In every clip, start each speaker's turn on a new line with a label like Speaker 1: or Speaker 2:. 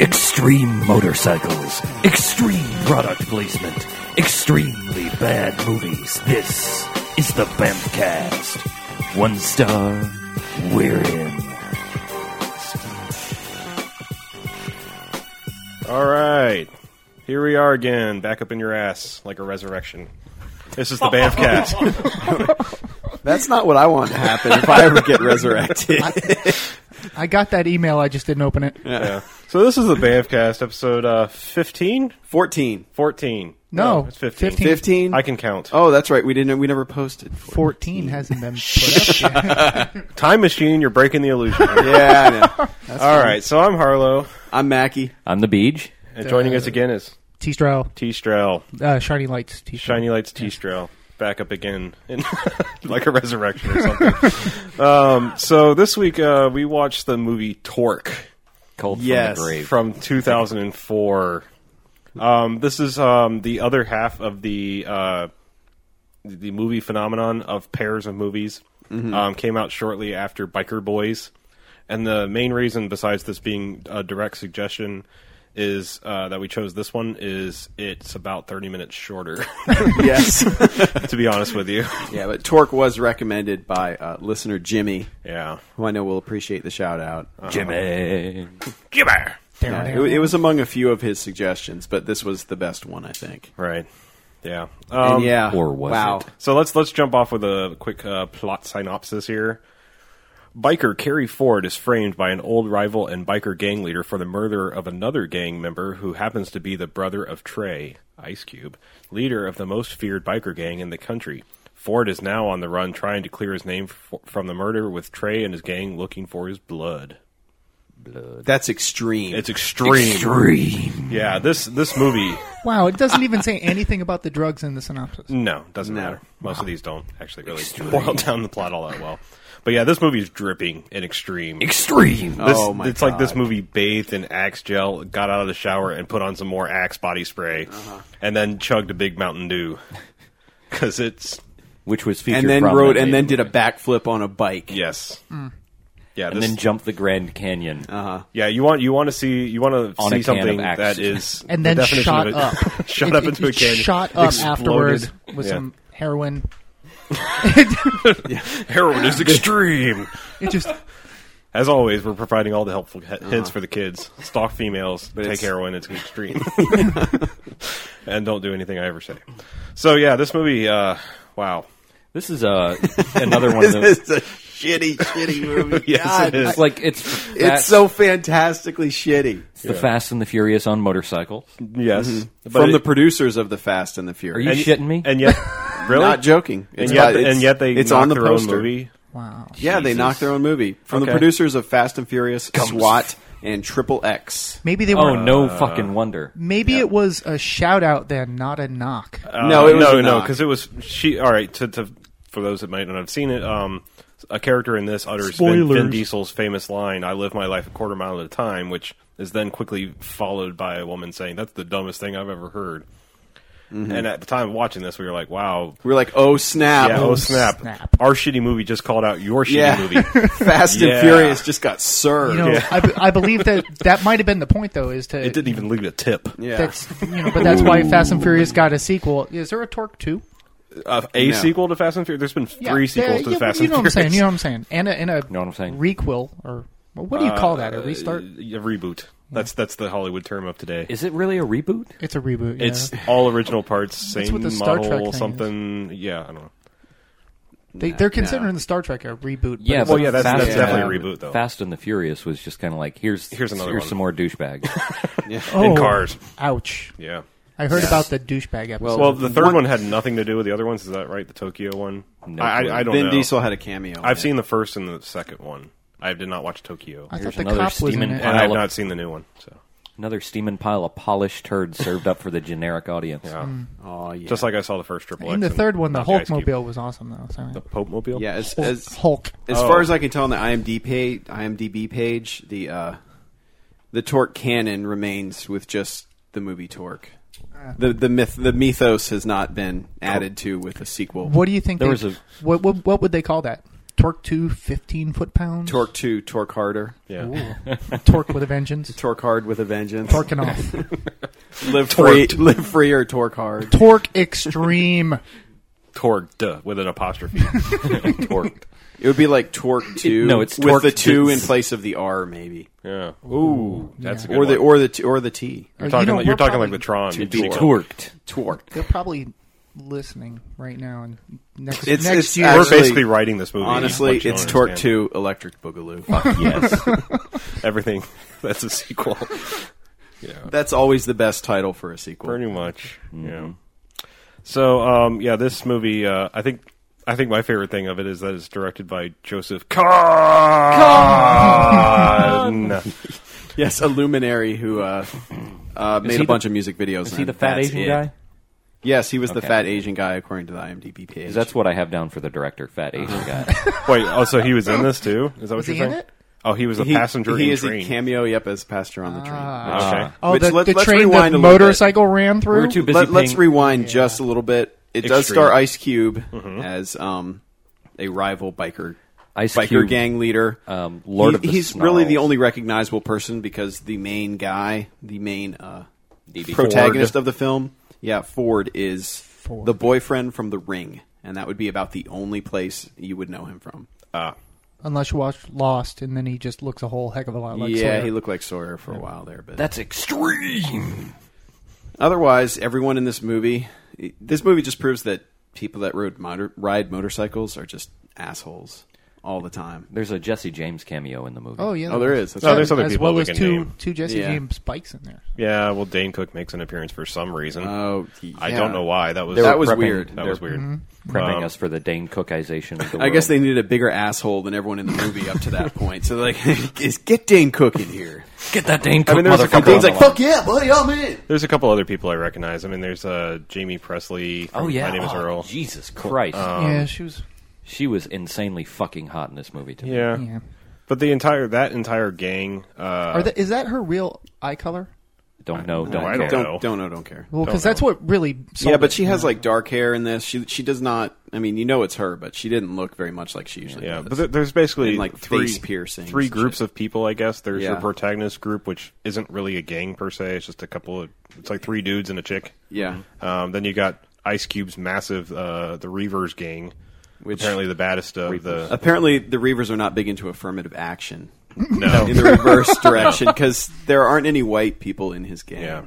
Speaker 1: Extreme motorcycles, extreme product placement, extremely bad movies. This is the Bamcast. One star, we're in.
Speaker 2: All right. Here we are again, back up in your ass like a resurrection. This is the Bamcast.
Speaker 3: That's not what I want to happen if I ever get resurrected.
Speaker 4: I got that email. I just didn't open it.
Speaker 2: yeah. So this is the Bamcast episode uh 15,
Speaker 3: 14.
Speaker 2: 14.
Speaker 4: No,
Speaker 2: it's 15.
Speaker 4: 15.
Speaker 3: 15?
Speaker 2: I can count.
Speaker 3: Oh, that's right. We didn't we never posted.
Speaker 4: Fourteen hasn't been put up yet.
Speaker 2: Time machine, you're breaking the illusion.
Speaker 3: Yeah, I know.
Speaker 2: All right. So I'm Harlow,
Speaker 3: I'm Mackie.
Speaker 1: On the beach.
Speaker 2: and joining us again is
Speaker 4: T Stroll,
Speaker 2: T Strel.
Speaker 4: uh, Shiny Lights, T Stroll.
Speaker 2: Shiny Lights T Strel. Back up again, in like a resurrection or something. um, so this week uh, we watched the movie Torque.
Speaker 1: Cold
Speaker 3: Yes.
Speaker 1: from the grave.
Speaker 2: from 2004. Um, this is um, the other half of the uh, the movie phenomenon of pairs of movies.
Speaker 3: Mm-hmm.
Speaker 2: Um, came out shortly after Biker Boys, and the main reason, besides this being a direct suggestion, is uh, that we chose this one. Is it's about 30 minutes shorter,
Speaker 3: Yes.
Speaker 2: to be honest with you.
Speaker 3: yeah, but Torque was recommended by uh, listener Jimmy,
Speaker 2: Yeah,
Speaker 3: who I know will appreciate the shout out.
Speaker 2: Uh,
Speaker 1: Jimmy.
Speaker 3: Uh-huh. Yeah, it, it was among a few of his suggestions, but this was the best one, I think.
Speaker 2: right. Yeah.
Speaker 3: And
Speaker 2: Um,
Speaker 3: yeah.
Speaker 1: or was
Speaker 3: wow.
Speaker 1: it?
Speaker 2: So let's let's jump off with a quick uh, plot synopsis here. Biker Kerry Ford is framed by an old rival and biker gang leader for the murder of another gang member who happens to be the brother of Trey, Ice Cube, leader of the most feared biker gang in the country. Ford is now on the run trying to clear his name f- from the murder with Trey and his gang looking for his blood.
Speaker 3: That's extreme.
Speaker 2: It's extreme.
Speaker 1: Extreme.
Speaker 2: Yeah, this this movie
Speaker 4: Wow, it doesn't even say anything about the drugs in the synopsis.
Speaker 2: No, doesn't
Speaker 3: No.
Speaker 2: matter. Most of these don't actually really boil down the plot all that well. But yeah, this movie is dripping in extreme.
Speaker 1: Extreme.
Speaker 2: This,
Speaker 3: Oh my
Speaker 2: it's like this movie bathed in axe gel, got out of the shower, and put on some more axe body spray,
Speaker 1: Uh-huh.
Speaker 2: and then chugged a big Mountain Dew because it's
Speaker 1: Which was featured
Speaker 3: and then
Speaker 1: prominently
Speaker 3: rode and then
Speaker 1: in the
Speaker 3: did a
Speaker 1: movie.
Speaker 3: backflip on a bike.
Speaker 2: yes,
Speaker 4: Hmm.
Speaker 2: yeah.
Speaker 1: And
Speaker 2: this-
Speaker 1: then jumped the Grand Canyon.
Speaker 3: Uh-huh.
Speaker 2: yeah, you want you want to see you want to
Speaker 1: On
Speaker 2: see
Speaker 1: a can of
Speaker 2: something
Speaker 1: Axe.
Speaker 2: that is
Speaker 4: And
Speaker 2: the
Speaker 4: then
Speaker 2: definition
Speaker 4: shot
Speaker 2: of it-
Speaker 4: up.
Speaker 2: shot
Speaker 4: It-
Speaker 2: up
Speaker 4: it-
Speaker 2: into a
Speaker 4: it
Speaker 2: canyon,
Speaker 4: Shot up
Speaker 2: exploded.
Speaker 4: afterwards with
Speaker 2: Yeah.
Speaker 4: some heroin.
Speaker 2: heroin is extreme.
Speaker 4: It just
Speaker 2: As always, we're providing all the helpful he- hints for the kids. Stalk females, take
Speaker 3: Uh-huh. it's-
Speaker 2: heroin, it's extreme. and don't do anything I ever say. So, yeah, this movie, uh, wow.
Speaker 1: This is uh, another one of
Speaker 3: This
Speaker 1: those.
Speaker 3: is a shitty, shitty movie.
Speaker 2: Yes, it
Speaker 3: God.
Speaker 2: is.
Speaker 1: It's like it's
Speaker 3: It's so fantastically shitty.
Speaker 1: it's the Fast and the Furious on motorcycles.
Speaker 2: Yes.
Speaker 3: From the producers of the Fast and the Furious.
Speaker 1: Are you shitting me?
Speaker 2: And yet, really?
Speaker 3: Not joking.
Speaker 2: And
Speaker 3: It's
Speaker 2: yet,
Speaker 3: about- it's-
Speaker 2: and yet they
Speaker 3: it's
Speaker 2: knock
Speaker 3: on the
Speaker 2: their
Speaker 3: poster.
Speaker 2: own movie.
Speaker 4: wow.
Speaker 3: Yeah, they
Speaker 2: Jesus.
Speaker 3: knocked their own movie from
Speaker 2: Okay.
Speaker 3: the producers of Fast and Furious, SWAT, and Triple X.
Speaker 4: Maybe they were.
Speaker 1: oh no
Speaker 3: Uh.
Speaker 1: fucking wonder.
Speaker 4: Maybe it was a shout out then, not a knock.
Speaker 3: no,
Speaker 2: Uh,
Speaker 3: it was
Speaker 2: no,
Speaker 3: a
Speaker 2: no,
Speaker 3: knock.
Speaker 2: because it was she. All right, to, to for those that might not have seen it, um, a character in this utters Vin, Vin
Speaker 4: Spoilers.
Speaker 2: Diesel's famous line, "I live my life a quarter mile at a time," which is then quickly followed by a woman saying, "That's the dumbest thing I've ever heard."
Speaker 3: Mm-hmm.
Speaker 2: And at the time of watching this, we were like, "Wow."
Speaker 3: We were like, oh snap!
Speaker 2: Yeah, oh snap.
Speaker 4: snap.
Speaker 2: Our shitty movie just called out your shitty
Speaker 3: Yeah.
Speaker 2: movie.
Speaker 3: Fast
Speaker 2: Yeah.
Speaker 3: and Furious just got served.
Speaker 4: You know, I, be- I believe that that might have been the point though, is to
Speaker 2: It didn't even leave a tip.
Speaker 3: yeah,
Speaker 4: That's you know, but that's why Fast and Furious got a sequel. Is there a Torque two?
Speaker 2: Uh, a
Speaker 3: No.
Speaker 2: sequel to Fast and Furious. There's been three sequels to the Fast
Speaker 4: you
Speaker 2: and
Speaker 4: know what I'm
Speaker 2: Furious.
Speaker 4: saying. You know what I'm saying. And a, and a
Speaker 1: know what I'm saying?
Speaker 4: requel or well, what do you call
Speaker 2: Uh,
Speaker 4: that? A restart?
Speaker 2: A reboot. That's that's the Hollywood term of today.
Speaker 1: Is it really a reboot?
Speaker 4: it's a reboot.
Speaker 2: It's
Speaker 4: yeah.
Speaker 2: all original parts,
Speaker 4: That's
Speaker 2: same
Speaker 4: what the Star Trek
Speaker 2: model,
Speaker 4: thing is.
Speaker 2: something. Yeah, I don't know.
Speaker 4: they, they're considering the Star Trek a reboot. but
Speaker 1: Yeah,
Speaker 4: it's
Speaker 2: Well,
Speaker 1: but
Speaker 2: yeah, that's,
Speaker 1: Fast
Speaker 2: that's
Speaker 1: and-
Speaker 2: definitely a reboot though.
Speaker 1: Fast and the Furious was just kind of like here's
Speaker 2: Here's another
Speaker 1: here's
Speaker 2: one.
Speaker 1: some more douchebags.
Speaker 4: oh,
Speaker 2: in cars.
Speaker 4: Ouch!
Speaker 2: Yeah.
Speaker 4: I heard about the douchebag episode.
Speaker 2: Well, the third one had nothing to do with the other ones. Is that right? The Tokyo one.
Speaker 1: No
Speaker 2: I,
Speaker 1: clue.
Speaker 2: I, I don't
Speaker 3: Vin
Speaker 2: know.
Speaker 3: Diesel had a cameo.
Speaker 2: I've seen the first and the second one. I did not watch Tokyo,
Speaker 4: I
Speaker 2: and
Speaker 1: Here's
Speaker 4: thought the
Speaker 1: another
Speaker 4: cop was in
Speaker 1: steaming
Speaker 4: it.
Speaker 1: pile
Speaker 2: I've
Speaker 1: of-
Speaker 2: not seen the new one. So
Speaker 1: Another steaming pile of polished turds served up for the generic audience.
Speaker 2: yeah.
Speaker 3: Oh yeah,
Speaker 2: uh, just like I saw the first Triple X.
Speaker 4: Hmm. In the
Speaker 2: and
Speaker 4: third one, the
Speaker 2: not Ice
Speaker 4: Hulk
Speaker 2: Cube.
Speaker 4: mobile was awesome though. So.
Speaker 2: the Pope Mobile.
Speaker 3: yeah. As,
Speaker 4: Hulk-
Speaker 3: as,
Speaker 4: Hulk.
Speaker 3: as far as I can tell, on the IMDb page, IMDb page, the uh, the Torque canon remains with just the movie Torque. The the myth the mythos has not been added to with a sequel.
Speaker 4: What do you think?
Speaker 1: There was
Speaker 4: they-
Speaker 1: a-
Speaker 4: what, what what would they call that? Torque 2 15 foot pounds?
Speaker 3: Torque two, torque harder,
Speaker 2: Yeah.
Speaker 4: Torque with a vengeance.
Speaker 3: torque hard with a vengeance.
Speaker 4: Torquing off.
Speaker 3: live free, live free or torque hard.
Speaker 4: Torque Extreme.
Speaker 2: Torqued with an apostrophe. Torqued.
Speaker 3: It would be like torque two.
Speaker 1: no, it's
Speaker 3: with the
Speaker 1: torqued
Speaker 3: two in
Speaker 1: it's-
Speaker 3: place of the R, maybe,
Speaker 2: Yeah. Ooh, that's a good
Speaker 3: or the
Speaker 2: one.
Speaker 3: or the t- or the T.
Speaker 2: you're talking,
Speaker 4: You know,
Speaker 2: like, you're
Speaker 4: we're
Speaker 2: talking like
Speaker 4: probably-
Speaker 2: the Tron.
Speaker 3: Two
Speaker 2: sequel.
Speaker 3: door.
Speaker 1: Torqued.
Speaker 3: Torque.
Speaker 4: They're probably listening right now and next,
Speaker 3: It's-
Speaker 4: next
Speaker 3: it's
Speaker 4: year.
Speaker 2: We're
Speaker 3: Actually,
Speaker 2: basically writing this movie.
Speaker 3: Honestly,
Speaker 2: What you
Speaker 3: it's
Speaker 2: don't
Speaker 3: torque
Speaker 2: understand.
Speaker 3: two, electric boogaloo.
Speaker 1: Yes.
Speaker 2: Everything that's a sequel. yeah.
Speaker 3: That's always the best title for a sequel.
Speaker 2: Pretty much. Yeah. Mm-hmm. So um, yeah, this movie. Uh, I think I think my favorite thing of it is that it's directed by Joseph Kahn.
Speaker 3: Yes, a luminary who uh, uh, made
Speaker 1: he
Speaker 3: a
Speaker 1: the-
Speaker 3: bunch of music videos.
Speaker 1: Is he
Speaker 3: and
Speaker 1: the fat
Speaker 3: that's
Speaker 1: Asian
Speaker 3: it.
Speaker 1: guy?
Speaker 3: Yes, he was the
Speaker 1: Okay.
Speaker 3: fat Asian guy according to the IMDb page.
Speaker 1: That's what I have down for the director, fat Asian guy.
Speaker 2: Wait, oh, so he was in this too? Is that what
Speaker 4: Was
Speaker 2: you're
Speaker 4: he in
Speaker 2: saying?
Speaker 4: it?
Speaker 2: Oh, he was a
Speaker 3: he,
Speaker 2: passenger
Speaker 3: he
Speaker 2: in
Speaker 3: is
Speaker 2: train.
Speaker 3: a Uh-huh. cameo. Yep, as passenger on the train.
Speaker 4: Ah.
Speaker 2: okay.
Speaker 4: Oh,
Speaker 3: Which
Speaker 4: the,
Speaker 3: let-
Speaker 4: the
Speaker 3: let's
Speaker 4: train
Speaker 3: rewind
Speaker 4: the
Speaker 3: a little bit.
Speaker 4: motorcycle ran through.
Speaker 1: Uh, too busy
Speaker 3: Let, us
Speaker 1: paying-
Speaker 3: rewind just a little bit. It does
Speaker 2: Extreme. Mm-hmm.
Speaker 3: star Ice Cube as um, a rival biker
Speaker 1: Ice
Speaker 3: biker
Speaker 1: Cube,
Speaker 3: gang leader.
Speaker 1: um, Lord of the
Speaker 3: he's really the
Speaker 1: Snarls.
Speaker 3: only recognizable person because the main guy, the main uh,
Speaker 1: DB.
Speaker 3: protagonist of the film, yeah, Ford is the boyfriend from The Ring, and that would be about the only place you would know him from.
Speaker 4: Unless you watch Lost, and then he just looks a whole heck of a lot like
Speaker 3: yeah,
Speaker 4: Sawyer.
Speaker 3: he looked like Sawyer for a while there, but
Speaker 1: That's extreme.
Speaker 3: Otherwise, everyone in this movie, this movie just proves that people that rode motor, ride motorcycles are just assholes all the time.
Speaker 1: There's a Jesse James cameo in the movie.
Speaker 4: oh, yeah.
Speaker 3: Oh, there is. That's
Speaker 2: No, there's
Speaker 3: right.
Speaker 2: other
Speaker 4: as
Speaker 2: people
Speaker 4: well
Speaker 2: we
Speaker 4: as
Speaker 2: can
Speaker 4: two,
Speaker 2: name.
Speaker 4: two Jesse
Speaker 3: Yeah.
Speaker 4: James spikes in there.
Speaker 2: Yeah, well, Dane Cook makes an appearance for some reason.
Speaker 3: Oh, yeah.
Speaker 2: I don't know why. That was
Speaker 3: They were That was
Speaker 1: prepping-
Speaker 3: weird.
Speaker 2: That was weird.
Speaker 1: Prepping
Speaker 2: Um,
Speaker 1: us for the Dane Cookization of the world.
Speaker 3: I guess they needed a bigger asshole than everyone in the movie up to that point. So they're like, is get Dane Cook in here.
Speaker 1: get that Dane
Speaker 3: I
Speaker 1: Cook
Speaker 3: mean, there's a few
Speaker 1: motherfucker.
Speaker 3: Dane's
Speaker 1: on
Speaker 3: like,
Speaker 1: the line.
Speaker 3: fuck yeah, buddy, I'm in.
Speaker 2: There's a couple other people I recognize. I mean, there's uh, Jamie Presley. From
Speaker 1: Oh yeah,
Speaker 2: My name is
Speaker 1: Oh,
Speaker 2: Earl. Uh,
Speaker 1: Jesus Christ,
Speaker 2: Um,
Speaker 4: yeah, she was.
Speaker 1: she was insanely fucking hot in this movie. To me.
Speaker 2: Yeah.
Speaker 4: Yeah.
Speaker 2: but the entire that entire gang. Uh,
Speaker 4: Are the, is that her real eye color?
Speaker 1: don't know,
Speaker 2: No,
Speaker 1: don't
Speaker 2: I
Speaker 1: care.
Speaker 2: don't know.
Speaker 3: Don't, don't know, don't care.
Speaker 4: Well,
Speaker 2: Don't
Speaker 4: because that's
Speaker 2: know.
Speaker 4: what really. sold
Speaker 3: yeah, but
Speaker 4: it,
Speaker 3: she has
Speaker 4: you know.
Speaker 3: like dark hair in this. She she does not. I mean, you know it's her, but she didn't look very much like she usually
Speaker 2: Yeah, but
Speaker 3: does.
Speaker 2: there- there's basically
Speaker 3: And, like,
Speaker 2: three
Speaker 3: face piercings
Speaker 2: three
Speaker 3: and
Speaker 2: groups
Speaker 3: shit.
Speaker 2: of people. I guess there's
Speaker 3: Yeah.
Speaker 2: your protagonist group, which isn't really a gang per se. It's just a couple of it's like three dudes and a chick.
Speaker 3: yeah,
Speaker 2: Um, then you got Ice Cube's massive uh, the Reavers gang,
Speaker 3: Which-
Speaker 2: apparently the baddest of the.
Speaker 3: Apparently, the Reavers are not big into affirmative action
Speaker 2: No.
Speaker 3: in the reverse direction because there aren't any white people in his game.
Speaker 2: yeah,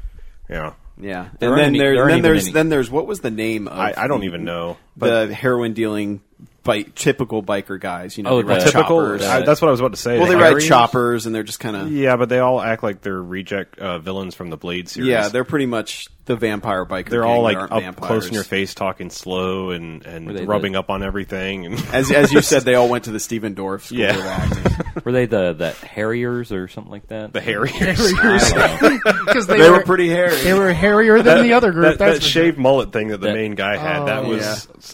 Speaker 2: yeah.
Speaker 3: yeah.
Speaker 1: There aren't
Speaker 3: and then
Speaker 1: any-
Speaker 3: there,
Speaker 1: there aren't
Speaker 3: then
Speaker 1: even
Speaker 3: there's
Speaker 1: any.
Speaker 3: then there's what was the name? of
Speaker 2: I, I don't
Speaker 3: the-
Speaker 2: even know.
Speaker 3: the heroin dealing, bike, typical biker guys. You know,
Speaker 1: Oh,
Speaker 3: they ride
Speaker 1: the-
Speaker 2: Typical.
Speaker 3: choppers.
Speaker 2: I, that's what I was about to say.
Speaker 3: uh, well, they
Speaker 2: The
Speaker 3: ride
Speaker 2: Irons?
Speaker 3: choppers, and they're just kind of yeah.
Speaker 2: Yeah, but they all act like they're reject uh, villains from the Blade series.
Speaker 3: they're pretty much the vampire biker.
Speaker 2: they're
Speaker 3: gang
Speaker 2: all
Speaker 3: that
Speaker 2: like
Speaker 3: aren't
Speaker 2: up
Speaker 3: vampires.
Speaker 2: close in your face, talking slow and
Speaker 1: Were they
Speaker 2: and rubbing
Speaker 1: the-
Speaker 2: up on everything. And
Speaker 3: As as you said, they all went to the Stephen Dorff school
Speaker 2: Yeah.
Speaker 3: of acting.
Speaker 1: Were they the the Harriers or something like that?
Speaker 2: the Harriers.
Speaker 4: because they,
Speaker 3: They
Speaker 4: were,
Speaker 3: were pretty hairy.
Speaker 4: They were hairier than the other group.
Speaker 2: that,
Speaker 4: that's
Speaker 2: that
Speaker 4: for
Speaker 2: shaved mullet thing that the
Speaker 1: That-
Speaker 2: main guy had
Speaker 4: Oh,
Speaker 2: that was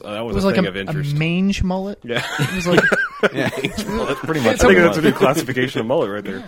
Speaker 3: yeah.
Speaker 2: uh, that was,
Speaker 4: It was
Speaker 2: a
Speaker 4: like
Speaker 2: thing
Speaker 4: a,
Speaker 2: of
Speaker 4: a
Speaker 2: interest.
Speaker 4: mange mullet. Yeah, it was like
Speaker 1: pretty much.
Speaker 4: I
Speaker 2: I
Speaker 1: what
Speaker 2: think
Speaker 1: it
Speaker 2: that's a
Speaker 1: was.
Speaker 2: new classification of mullet right there.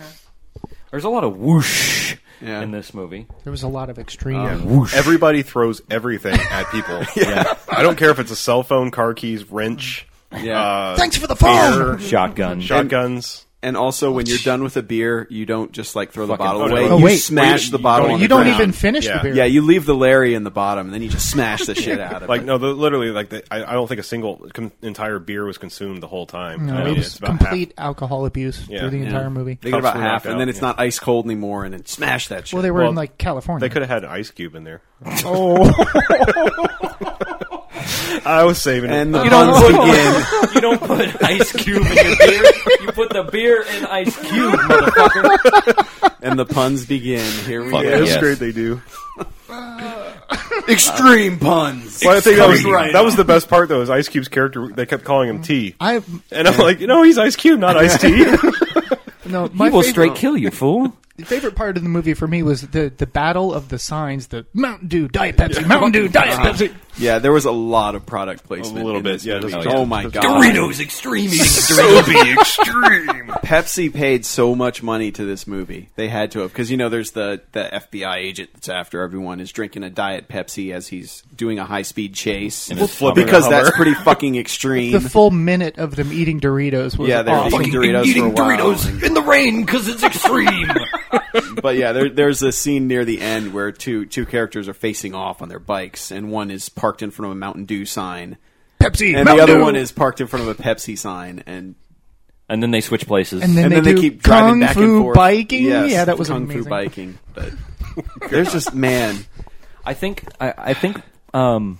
Speaker 1: There's a lot of whoosh
Speaker 3: Yeah.
Speaker 1: in this movie.
Speaker 4: there was a lot of extreme.
Speaker 3: Um,
Speaker 1: Whoosh.
Speaker 2: Everybody throws everything at people. yeah. I don't care if it's a cell phone, car keys, wrench,
Speaker 3: Yeah.
Speaker 2: uh,
Speaker 4: Thanks for the phone.
Speaker 2: beer,
Speaker 1: Shotgun.
Speaker 2: shotguns.
Speaker 3: And also, when you're done with a beer, you don't just like throw the
Speaker 1: Fucking
Speaker 3: bottle
Speaker 1: photo.
Speaker 3: away.
Speaker 4: Oh,
Speaker 3: you
Speaker 4: wait.
Speaker 3: smash
Speaker 2: Wait,
Speaker 3: the
Speaker 2: you
Speaker 3: bottle.
Speaker 2: don't
Speaker 3: on the
Speaker 4: You don't
Speaker 3: ground.
Speaker 4: even finish
Speaker 2: Yeah.
Speaker 4: the beer.
Speaker 3: Yeah, you leave the Larry in the bottom, and then you just smash the shit out of
Speaker 2: Like
Speaker 3: it.
Speaker 2: no, the, literally, like the, I, I don't think a single com- entire beer was consumed the whole time.
Speaker 4: No,
Speaker 2: I mean,
Speaker 4: it was
Speaker 2: it's about
Speaker 4: complete
Speaker 2: half-
Speaker 4: alcohol abuse
Speaker 2: Yeah.
Speaker 4: through the
Speaker 2: Yeah.
Speaker 4: entire movie.
Speaker 3: They get about
Speaker 2: cups were
Speaker 3: half,
Speaker 2: knocked
Speaker 3: and
Speaker 2: out,
Speaker 3: then it's
Speaker 2: yeah.
Speaker 3: not ice cold anymore, and then smash that shit.
Speaker 4: Well, they were
Speaker 2: Well,
Speaker 4: in like California.
Speaker 2: They could have had an Ice Cube in there.
Speaker 4: Oh,
Speaker 2: I was saving it.
Speaker 3: and the
Speaker 1: You
Speaker 3: puns
Speaker 1: don't put-
Speaker 3: begin.
Speaker 1: You don't put ice cube in your beer. You put the beer in ice cube, motherfucker.
Speaker 3: and the puns begin. Here we
Speaker 1: Fuck
Speaker 3: go.
Speaker 2: yeah, it's
Speaker 1: Yes.
Speaker 2: great they do.
Speaker 3: Extreme puns.
Speaker 2: Well, I think that was
Speaker 3: Extreme.
Speaker 2: right. That was the best part though. Is Ice Cube's character? They kept calling him T,
Speaker 4: I
Speaker 2: and I'm like, you know, he's Ice Cube, not Ice T.
Speaker 4: no.
Speaker 1: He
Speaker 4: My
Speaker 1: will
Speaker 4: favorite,
Speaker 1: straight kill you, fool.
Speaker 4: The favorite part
Speaker 3: Uh-huh.
Speaker 4: of the movie for me was the the battle of the signs. The Mountain Dew, Diet Pepsi, Mountain Dew, Diet Pepsi.
Speaker 3: Yeah, there was a lot of product placement.
Speaker 2: little
Speaker 3: in
Speaker 2: bit,
Speaker 3: this
Speaker 2: yeah,
Speaker 3: movie.
Speaker 2: just-
Speaker 3: Oh my god,
Speaker 1: Doritos Extreme Eating
Speaker 2: Soapy extreme.
Speaker 3: Pepsi paid so much money to this movie. They had to have because you know there's the the FBI agent that's after everyone is drinking a diet Pepsi as he's doing a high speed chase
Speaker 2: And it's flipping
Speaker 3: because
Speaker 2: a
Speaker 3: that's
Speaker 2: hover.
Speaker 3: pretty fucking extreme.
Speaker 4: The full minute of them eating Doritos was
Speaker 3: Yeah, they were
Speaker 4: awesome.
Speaker 3: eating Doritos for a while.
Speaker 1: in the rain because it's extreme.
Speaker 3: but yeah, there, there's a scene near the end where two two characters are facing off on their bikes, and one is parked in front of a Mountain Dew sign,
Speaker 4: Pepsi,
Speaker 3: and
Speaker 4: Mountain
Speaker 3: the other
Speaker 4: Dew.
Speaker 3: one is parked in front of a Pepsi sign, and
Speaker 1: and then they switch places.
Speaker 4: And then,
Speaker 3: and
Speaker 4: they,
Speaker 3: then they
Speaker 4: do
Speaker 3: keep driving
Speaker 4: kung
Speaker 3: back
Speaker 4: fu
Speaker 3: and forth.
Speaker 4: biking.
Speaker 3: Yes,
Speaker 4: yeah, that was
Speaker 3: kung
Speaker 4: amazing.
Speaker 3: fu biking. But there's just man,
Speaker 1: I think I, I think um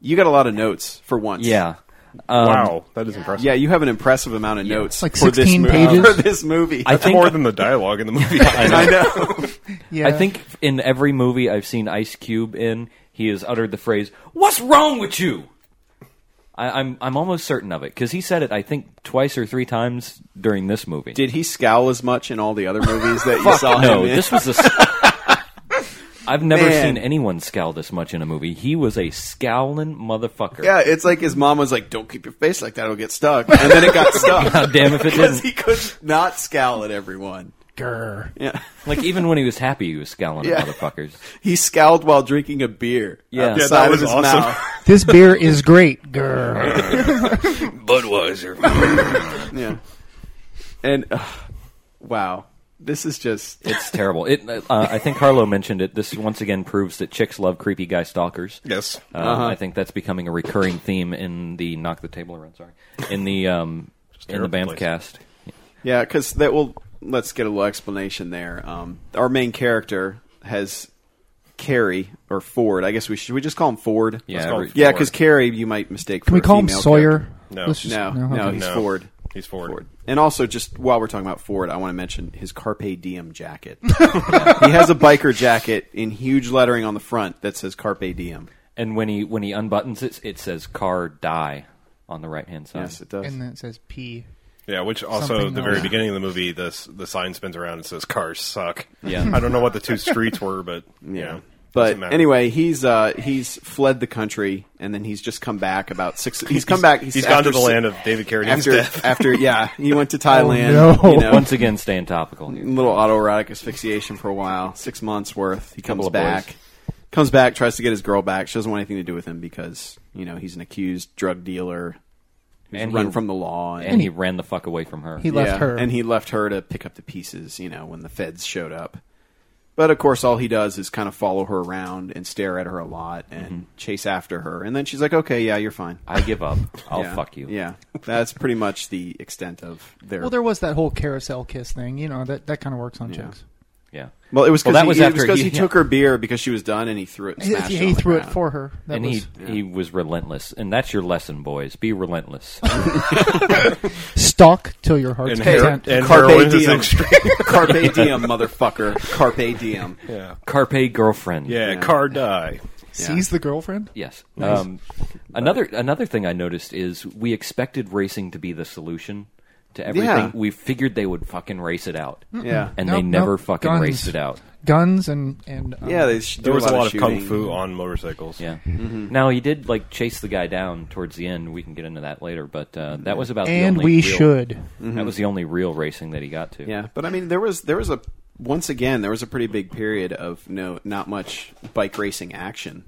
Speaker 3: you got a lot of notes for once.
Speaker 1: yeah.
Speaker 2: wow, that is impressive.
Speaker 3: Yeah, you have an impressive amount of notes
Speaker 4: Like
Speaker 3: for this
Speaker 4: 16
Speaker 3: movie.
Speaker 4: pages.
Speaker 3: For this movie,
Speaker 1: I
Speaker 2: That's
Speaker 1: think
Speaker 2: more than the dialogue in the movie.
Speaker 3: I know.
Speaker 4: Yeah.
Speaker 1: I think in every movie I've seen Ice Cube in, he has uttered the phrase "What's wrong with you?" I, I'm I'm almost certain of it because he said it I think twice or three times during this movie.
Speaker 3: Did he scowl as much in all the other movies that you saw
Speaker 1: no,
Speaker 3: him in?
Speaker 1: this was a. s- I've never
Speaker 3: Man.
Speaker 1: seen anyone scowl this much in a movie. He was a scowling motherfucker.
Speaker 3: yeah, it's like his mom was like, "Don't keep your face like that; it'll get stuck." And then it got stuck.
Speaker 1: God damn if it
Speaker 3: because
Speaker 1: didn't.
Speaker 3: he could not scowl at everyone.
Speaker 4: Grr.
Speaker 3: Yeah,
Speaker 1: Like even when he was happy, he was scowling
Speaker 3: Yeah.
Speaker 1: at motherfuckers.
Speaker 3: he scowled while drinking a beer.
Speaker 1: Yeah.
Speaker 3: out the
Speaker 1: Yeah,
Speaker 2: that
Speaker 3: side
Speaker 2: was
Speaker 3: of his
Speaker 2: awesome.
Speaker 3: mouth.
Speaker 4: this beer is great. Grr.
Speaker 2: Budweiser.
Speaker 3: Yeah, and uh, wow, this is just
Speaker 1: It's terrible. It. Uh, I think Harlow mentioned it. This once again proves that chicks love creepy guy stalkers.
Speaker 2: yes.
Speaker 1: Um, I think that's becoming a recurring theme in the knock the table around. Sorry, in the um, in the
Speaker 2: terrible place.
Speaker 1: Bamfcast.
Speaker 3: Yeah, because that will. Let's get a little explanation there. Um, our main character has Carrie or Ford. I guess we should we just call him Ford.
Speaker 1: Yeah,
Speaker 2: call
Speaker 1: every-
Speaker 2: him
Speaker 3: yeah.
Speaker 2: Ford.
Speaker 3: Because Carrie, you might mistake. For
Speaker 4: Can we
Speaker 3: a
Speaker 4: call him
Speaker 3: female
Speaker 4: Sawyer?
Speaker 3: character.
Speaker 2: No.
Speaker 4: Let's just-
Speaker 3: No,
Speaker 4: no,
Speaker 3: no,
Speaker 4: okay.
Speaker 3: he's
Speaker 2: No.
Speaker 3: Ford.
Speaker 2: He's Ford.
Speaker 3: And also, just while we're talking about Ford, I want to mention his Carpe Diem jacket. he has a biker jacket in huge lettering on the front that says Carpe Diem.
Speaker 1: and when he when he unbuttons it, it says "car die" on the right hand side.
Speaker 3: Yes, it does.
Speaker 4: And then it says P.
Speaker 2: Yeah, which also
Speaker 4: Something
Speaker 2: the very
Speaker 4: else.
Speaker 2: beginning of the movie, the s- the sign spins around and says "Cars suck."
Speaker 1: Yeah.
Speaker 2: I don't know what the two streets were, but you know, doesn't
Speaker 3: But
Speaker 2: matter.
Speaker 3: anyway, he's uh, he's fled the country, and then he's just come back about six. He's come back. He's,
Speaker 2: he's gone to
Speaker 3: after
Speaker 2: the
Speaker 3: si-
Speaker 2: land of David Carradine's
Speaker 3: after
Speaker 2: death.
Speaker 3: after yeah he went to thailand
Speaker 4: Oh, no.
Speaker 3: you know,
Speaker 1: Once again, staying topical.
Speaker 3: a little autoerotic asphyxiation for a while six months worth he comes
Speaker 1: Couple of
Speaker 3: back
Speaker 1: boys.
Speaker 3: comes back tries to get his girl back she doesn't want anything to do with him because you know he's an accused drug dealer who's
Speaker 1: And
Speaker 3: run
Speaker 1: he-
Speaker 3: from the law and,
Speaker 1: And he ran the fuck away from her.
Speaker 4: He left
Speaker 3: yeah,
Speaker 4: her.
Speaker 3: and he left her to pick up the pieces you know when the feds showed up but of course all he does is kind of follow her around and stare at her a lot and chase after her and then she's like okay yeah you're fine
Speaker 1: Mm-hmm. I give up. I'll
Speaker 3: Yeah.
Speaker 1: fuck you.
Speaker 3: yeah that's pretty much the extent of their
Speaker 4: well, there was that whole carousel kiss thing. You know that that kind of works on chicks.
Speaker 1: Yeah.
Speaker 3: Well, it was
Speaker 1: Well,
Speaker 3: because
Speaker 1: that
Speaker 3: he,
Speaker 1: was
Speaker 3: it was
Speaker 1: after
Speaker 3: 'cause
Speaker 1: he-
Speaker 3: he
Speaker 1: yeah.
Speaker 3: took her beer because she was done, and he threw it. And
Speaker 4: He,
Speaker 3: smashed
Speaker 4: he
Speaker 3: it on the
Speaker 4: threw it
Speaker 3: ground.
Speaker 4: for her. That
Speaker 1: and
Speaker 4: was
Speaker 1: he he was relentless, and that's your lesson, boys. Be relentless.
Speaker 4: stalk till your heart's
Speaker 2: and, hero-
Speaker 4: content.
Speaker 2: and
Speaker 3: Carpe
Speaker 2: heroin is
Speaker 3: diem.
Speaker 2: extreme.
Speaker 3: Carpe diem, motherfucker. Carpe diem.
Speaker 2: yeah.
Speaker 1: Carpe girlfriend.
Speaker 2: yeah,
Speaker 3: Yeah.
Speaker 2: car die.
Speaker 4: Seize the girlfriend.
Speaker 1: Yes. Um, another another thing I noticed is we expected racing to be the solution to everything.
Speaker 3: Yeah.
Speaker 1: We figured they would fucking race it out.
Speaker 3: Yeah.
Speaker 1: And
Speaker 4: Mm. Nope,
Speaker 1: they never
Speaker 4: nope.
Speaker 1: fucking
Speaker 4: Guns.
Speaker 1: raced it out.
Speaker 4: Guns and and um,
Speaker 3: yeah, they sh-
Speaker 2: There
Speaker 3: do
Speaker 2: was a lot, of kung
Speaker 3: shooting.
Speaker 2: fu on motorcycles.
Speaker 1: Yeah.
Speaker 4: Mm-hmm.
Speaker 1: Now he did like chase the guy down towards the end. We can get into that later, but uh, that was about.
Speaker 4: and
Speaker 1: the only
Speaker 4: we
Speaker 1: real-
Speaker 4: should.
Speaker 1: That was the only real racing that he got to.
Speaker 3: Yeah, but I mean, there was there was a once again there was a pretty big period of no not much bike racing action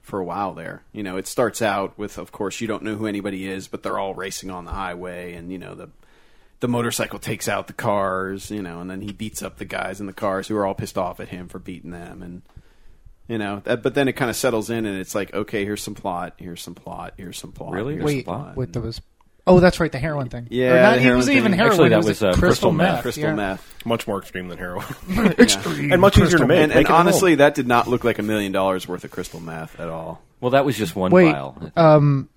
Speaker 3: for a while there. You know, it starts out with of course you don't know who anybody is, but they're all racing on the highway, and you know the the motorcycle takes out the cars, you know, and then he beats up the guys in the cars who are all pissed off at him for beating them, and you know, that, but then it kind of settles in, and it's like okay, here's some plot, here's some plot, here's some plot.
Speaker 1: Really?
Speaker 3: here's some
Speaker 4: Wait,
Speaker 3: plot.
Speaker 4: with those. Oh, that's right, the heroin thing.
Speaker 3: Yeah,
Speaker 4: Or not,
Speaker 3: the
Speaker 4: it was
Speaker 3: heroin
Speaker 4: even
Speaker 3: thing.
Speaker 4: heroin.
Speaker 1: Actually,
Speaker 4: it
Speaker 1: that
Speaker 4: was,
Speaker 1: was,
Speaker 4: a
Speaker 1: uh,
Speaker 4: crystal
Speaker 1: crystal meth.
Speaker 4: meth.
Speaker 3: crystal
Speaker 4: yeah.
Speaker 3: meth.
Speaker 2: Much more extreme than heroin.
Speaker 4: Extreme.
Speaker 2: And much easier to make.
Speaker 3: And, and
Speaker 2: Make it at
Speaker 3: honestly,
Speaker 2: home.
Speaker 3: that did not look like a million dollars worth of crystal meth at all.
Speaker 1: Well, that was just one
Speaker 4: Wait,
Speaker 1: vial.
Speaker 4: um,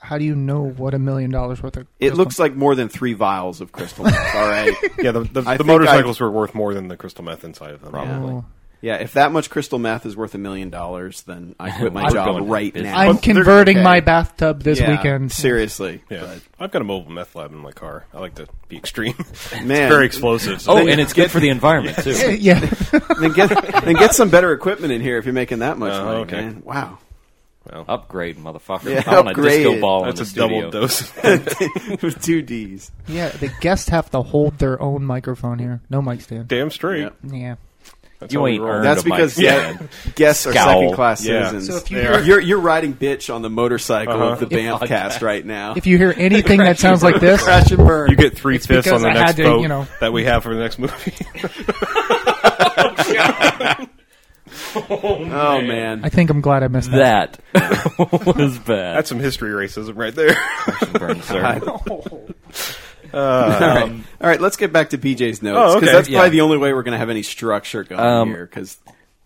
Speaker 4: how do you know what a million dollars worth of?
Speaker 3: It looks like more than three vials of crystal meth. All right.
Speaker 2: yeah, the, the,
Speaker 3: I
Speaker 2: the
Speaker 3: think
Speaker 2: motorcycles were worth more than the crystal meth inside of them.
Speaker 1: Probably.
Speaker 4: Oh.
Speaker 3: Yeah, if that much crystal meth is worth a million dollars, then I quit my
Speaker 1: We're
Speaker 3: job
Speaker 1: going
Speaker 3: right
Speaker 1: business.
Speaker 3: now.
Speaker 4: I'm
Speaker 2: Well, they're-
Speaker 4: converting
Speaker 3: okay.
Speaker 4: my bathtub this
Speaker 3: Yeah,
Speaker 4: weekend.
Speaker 3: Seriously.
Speaker 2: Yeah, I've got a mobile meth lab in my car. I like to be extreme.
Speaker 3: Man.
Speaker 2: it's very explosive. so-
Speaker 1: oh, and it's good for the environment too.
Speaker 4: Yeah, yeah.
Speaker 3: Then get then get some better equipment in here if you're making that much
Speaker 2: Oh,
Speaker 3: money,
Speaker 2: okay.
Speaker 3: man. Wow.
Speaker 2: Well,
Speaker 1: Upgrade, motherfucker.
Speaker 3: Yeah,
Speaker 1: I want a disco
Speaker 3: upgrade.
Speaker 1: ball in
Speaker 2: that's a
Speaker 1: the studio.
Speaker 2: double dose.
Speaker 3: with two D's.
Speaker 4: Yeah, the guests have to hold their own microphone here. No mic stand.
Speaker 2: Damn straight.
Speaker 3: Yep.
Speaker 4: Yeah.
Speaker 2: That's
Speaker 1: You
Speaker 2: how we
Speaker 1: ain't
Speaker 2: roll.
Speaker 1: earned
Speaker 3: That's
Speaker 1: a mic
Speaker 3: because
Speaker 1: stand.
Speaker 3: yeah, guests are
Speaker 1: Scowl.
Speaker 3: second class
Speaker 2: Yeah.
Speaker 3: citizens.
Speaker 4: So if you-
Speaker 3: They are. you're you're riding bitch on the motorcycle
Speaker 2: Uh-huh.
Speaker 3: of the Bamfcast right now.
Speaker 4: If you hear anything that sounds like this,
Speaker 3: crash and burn,
Speaker 2: You get three
Speaker 4: It's
Speaker 2: fifths on
Speaker 4: because
Speaker 2: the
Speaker 4: I
Speaker 2: next
Speaker 4: had to,
Speaker 2: vote
Speaker 4: you know.
Speaker 2: that we have for the next movie.
Speaker 3: oh man,
Speaker 4: I think I'm glad I missed that.
Speaker 1: That was bad.
Speaker 2: That's some history racism right there.
Speaker 1: burn, sir.
Speaker 3: all, right. all right, let's get back to BJ's notes because
Speaker 2: Oh, okay.
Speaker 3: that's
Speaker 1: Yeah.
Speaker 3: probably the only way we're going to have any structure going
Speaker 1: Um,
Speaker 3: here. Because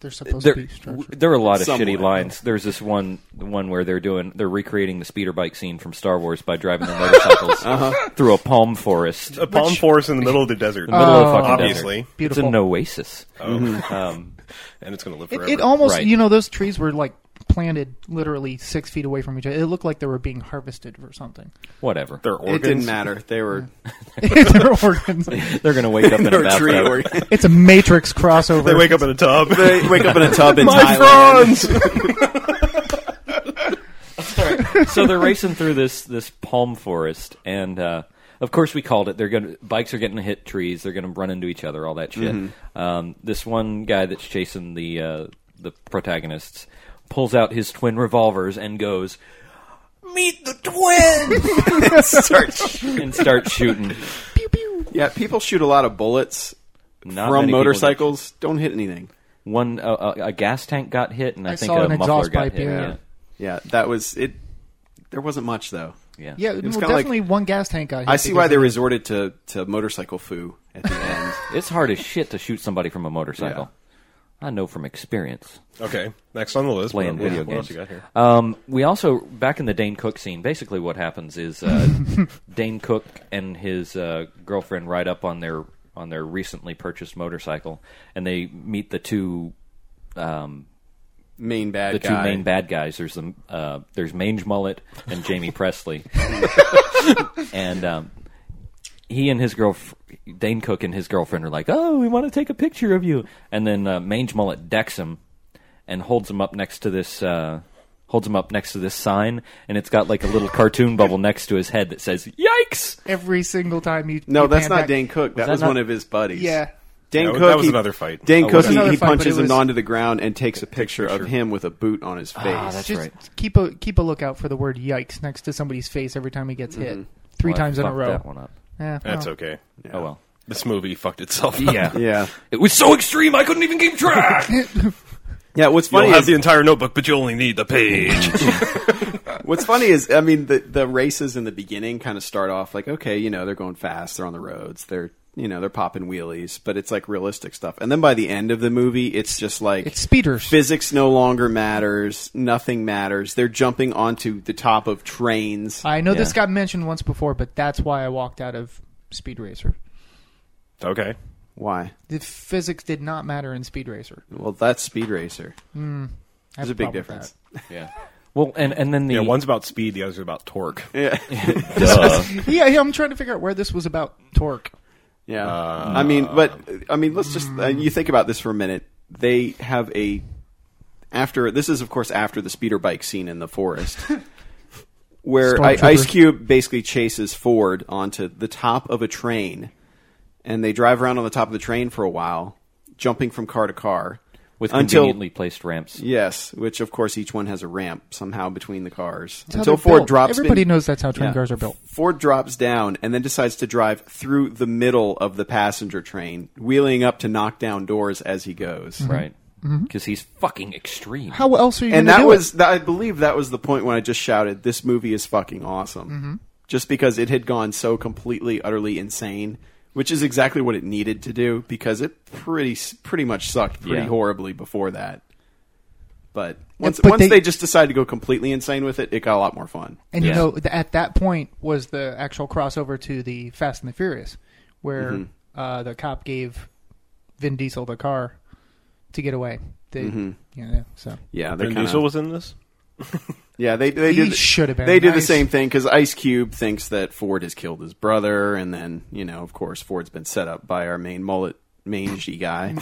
Speaker 4: They're supposed
Speaker 1: there,
Speaker 4: to be structured.
Speaker 1: there are a lot of
Speaker 3: Somewhat.
Speaker 1: shitty lines. There's this one one where they're doing they're recreating the speeder bike scene from Star Wars by driving their motorcycles through a palm forest,
Speaker 2: a palm forest in the middle of the desert.
Speaker 1: middle of the fucking
Speaker 2: obviously.
Speaker 1: desert.
Speaker 4: Beautiful.
Speaker 1: It's an oasis. Um,
Speaker 2: And it's going to live forever.
Speaker 4: It, it almost,
Speaker 1: Right.
Speaker 4: you know, those trees were like planted literally six feet away from each other. It looked like they were being harvested or something.
Speaker 1: whatever.
Speaker 2: Their
Speaker 3: it
Speaker 2: organs.
Speaker 3: didn't matter. They were
Speaker 4: Their organs.
Speaker 1: They're gonna wake up in a
Speaker 3: they were tree
Speaker 1: bathtub.
Speaker 3: organs.
Speaker 4: It's a Matrix crossover.
Speaker 2: They wake up in a tub.
Speaker 3: They wake up in a tub in
Speaker 2: My
Speaker 3: Thailand.
Speaker 2: fronds!
Speaker 1: so they're racing through this this palm forest, and uh, of course we called it. They're going to bikes are getting to hit trees. They're going to run into each other. All that shit. Um, this one guy that's chasing the uh, the protagonists pulls out his twin revolvers and goes. Meet the twins and start shooting.
Speaker 3: Yeah, people shoot a lot of bullets
Speaker 1: Not many
Speaker 3: from
Speaker 1: people
Speaker 3: motorcycles. Don't hit anything.
Speaker 1: did. One uh, a, a gas tank got hit, and I,
Speaker 4: I
Speaker 1: think
Speaker 4: saw
Speaker 1: a
Speaker 4: an
Speaker 1: muffler
Speaker 4: exhaust
Speaker 1: got
Speaker 4: pipe,
Speaker 1: hit.
Speaker 4: yeah.
Speaker 3: Yeah, that was it. There wasn't much though.
Speaker 1: yeah.
Speaker 4: Yeah,
Speaker 3: was
Speaker 4: well,
Speaker 3: kinda like-
Speaker 4: definitely one gas tank got hit.
Speaker 3: I see
Speaker 4: because
Speaker 3: why
Speaker 4: of
Speaker 3: they
Speaker 4: that.
Speaker 3: resorted to to motorcycle foo at the end.
Speaker 1: It's hard as shit to shoot somebody from a motorcycle. I know from experience.
Speaker 2: Okay, next on the list.
Speaker 1: Playing
Speaker 2: what,
Speaker 1: video
Speaker 2: what else
Speaker 1: games.
Speaker 2: you got here?
Speaker 1: Um, we also back in the Dane Cook scene. Basically, what happens is uh, Dane Cook and his uh, girlfriend ride up on their on their recently purchased motorcycle, and they meet the two
Speaker 3: Main bad
Speaker 1: the
Speaker 3: guy.
Speaker 1: two main bad guys. There's the uh, there's Mange Mullet and Jamie Presley, and um, he and his girl Dane Cook and his girlfriend are like, "Oh, we want to take a picture of you," and then uh, Mange Mullet decks him and holds him up next to this. Uh, Holds him up next to this sign, and it's got like a little cartoon bubble next to his head that says "Yikes!"
Speaker 4: every single time you.
Speaker 3: no,
Speaker 4: you
Speaker 3: that's
Speaker 4: pan
Speaker 3: not
Speaker 4: back-
Speaker 3: Dane Cook. That,
Speaker 1: that
Speaker 3: was
Speaker 1: not-
Speaker 3: one of his buddies.
Speaker 4: Yeah,
Speaker 3: Dane
Speaker 2: That was-
Speaker 3: Cook.
Speaker 2: that was
Speaker 3: he-
Speaker 2: another fight.
Speaker 3: Dane
Speaker 2: That
Speaker 3: Cook.
Speaker 2: was
Speaker 3: He,
Speaker 4: another
Speaker 3: he
Speaker 4: fight, but
Speaker 3: punches
Speaker 4: it
Speaker 3: him
Speaker 4: was-
Speaker 3: onto the ground and takes a picture of him with a boot on
Speaker 4: Ah,
Speaker 3: his face.
Speaker 4: just
Speaker 1: right.
Speaker 4: keep a keep a lookout for the word "yikes" next to somebody's face every time he gets hit,
Speaker 3: Mm-hmm.
Speaker 4: three
Speaker 1: Well, I
Speaker 4: times in a
Speaker 1: fucked
Speaker 4: row.
Speaker 1: That one up.
Speaker 4: Yeah,
Speaker 2: That's
Speaker 4: well,
Speaker 2: okay.
Speaker 1: Oh well.
Speaker 2: This movie fucked itself. up.
Speaker 1: Yeah.
Speaker 3: yeah,
Speaker 1: It was so extreme I couldn't even keep track.
Speaker 3: yeah. What's
Speaker 2: You'll
Speaker 3: funny
Speaker 2: have
Speaker 3: is
Speaker 2: the entire notebook, but you'll only need the page.
Speaker 3: What's funny is, I mean, the the races in the beginning kind of start off like, okay, you know, they're going fast, they're on the roads, they're you know, they're popping wheelies, but it's like realistic stuff. And then by the end of the movie, it's just like
Speaker 4: It's speeders.
Speaker 3: Physics no longer matters. Nothing matters. They're jumping onto the top of trains.
Speaker 4: I know this
Speaker 1: Yeah.
Speaker 4: got mentioned once before, but that's why I walked out of Speed Racer.
Speaker 2: okay.
Speaker 3: Why?
Speaker 4: The physics did not matter in Speed Racer.
Speaker 3: Well, that's Speed Racer.
Speaker 4: I have
Speaker 3: There's a big
Speaker 4: problem with
Speaker 3: difference.
Speaker 1: yeah. Well, and and then the
Speaker 2: Yeah, one's about speed, the other's about torque.
Speaker 1: Duh.
Speaker 4: that. yeah, yeah, I'm trying to figure out where this was about torque.
Speaker 3: Yeah.
Speaker 1: Uh,
Speaker 3: I mean, but I mean, let's just uh, you think about this for a minute. They have a after this is of course after the speeder bike scene in the forest. Where I,
Speaker 4: Stormtrooper.
Speaker 3: Ice Cube basically chases Ford onto the top of a train, and they drive around on the top of the train for a while, jumping from car to car,
Speaker 1: with
Speaker 3: until
Speaker 1: conveniently placed ramps.
Speaker 3: yes, which of course each one has a ramp somehow between the cars
Speaker 4: how
Speaker 3: until
Speaker 4: they're
Speaker 3: Ford
Speaker 4: built.
Speaker 3: drops.
Speaker 4: Everybody knows that's how train cars are built.
Speaker 3: Ford drops down and then decides to drive through the middle of the passenger train, wheeling up to knock down doors as he goes.
Speaker 4: Mm-hmm.
Speaker 1: Right. Because he's fucking extreme.
Speaker 4: How else are you?
Speaker 3: And
Speaker 4: gonna
Speaker 3: that
Speaker 4: do it?
Speaker 3: was, that, I believe, that was the point when I just shouted, "This movie is fucking awesome!"
Speaker 4: Mm-hmm.
Speaker 3: Just because it had gone so completely, utterly insane, which is exactly what it needed to do because it pretty, s- pretty much sucked pretty
Speaker 1: Yeah.
Speaker 3: horribly before that. But once,
Speaker 4: but
Speaker 3: once
Speaker 4: they-
Speaker 3: they, just decided to go completely insane with it, it got a lot more fun.
Speaker 4: And
Speaker 1: Yeah.
Speaker 4: you know, th- at that point was the actual crossover to the Fast and the Furious, where
Speaker 3: Mm-hmm.
Speaker 4: uh, the cop gave Vin Diesel the car to get away. They,
Speaker 3: Mm-hmm.
Speaker 4: you know, so
Speaker 3: Yeah,
Speaker 2: Vin
Speaker 3: they're kinda-
Speaker 2: Diesel was in this?
Speaker 3: Yeah, they they
Speaker 4: He
Speaker 3: did
Speaker 4: should have been.
Speaker 3: They did the
Speaker 4: Nice.
Speaker 3: same thing because Ice Cube thinks that Ford has killed his brother, and then you know, of course, Ford's been set up by our main mullet mangy guy.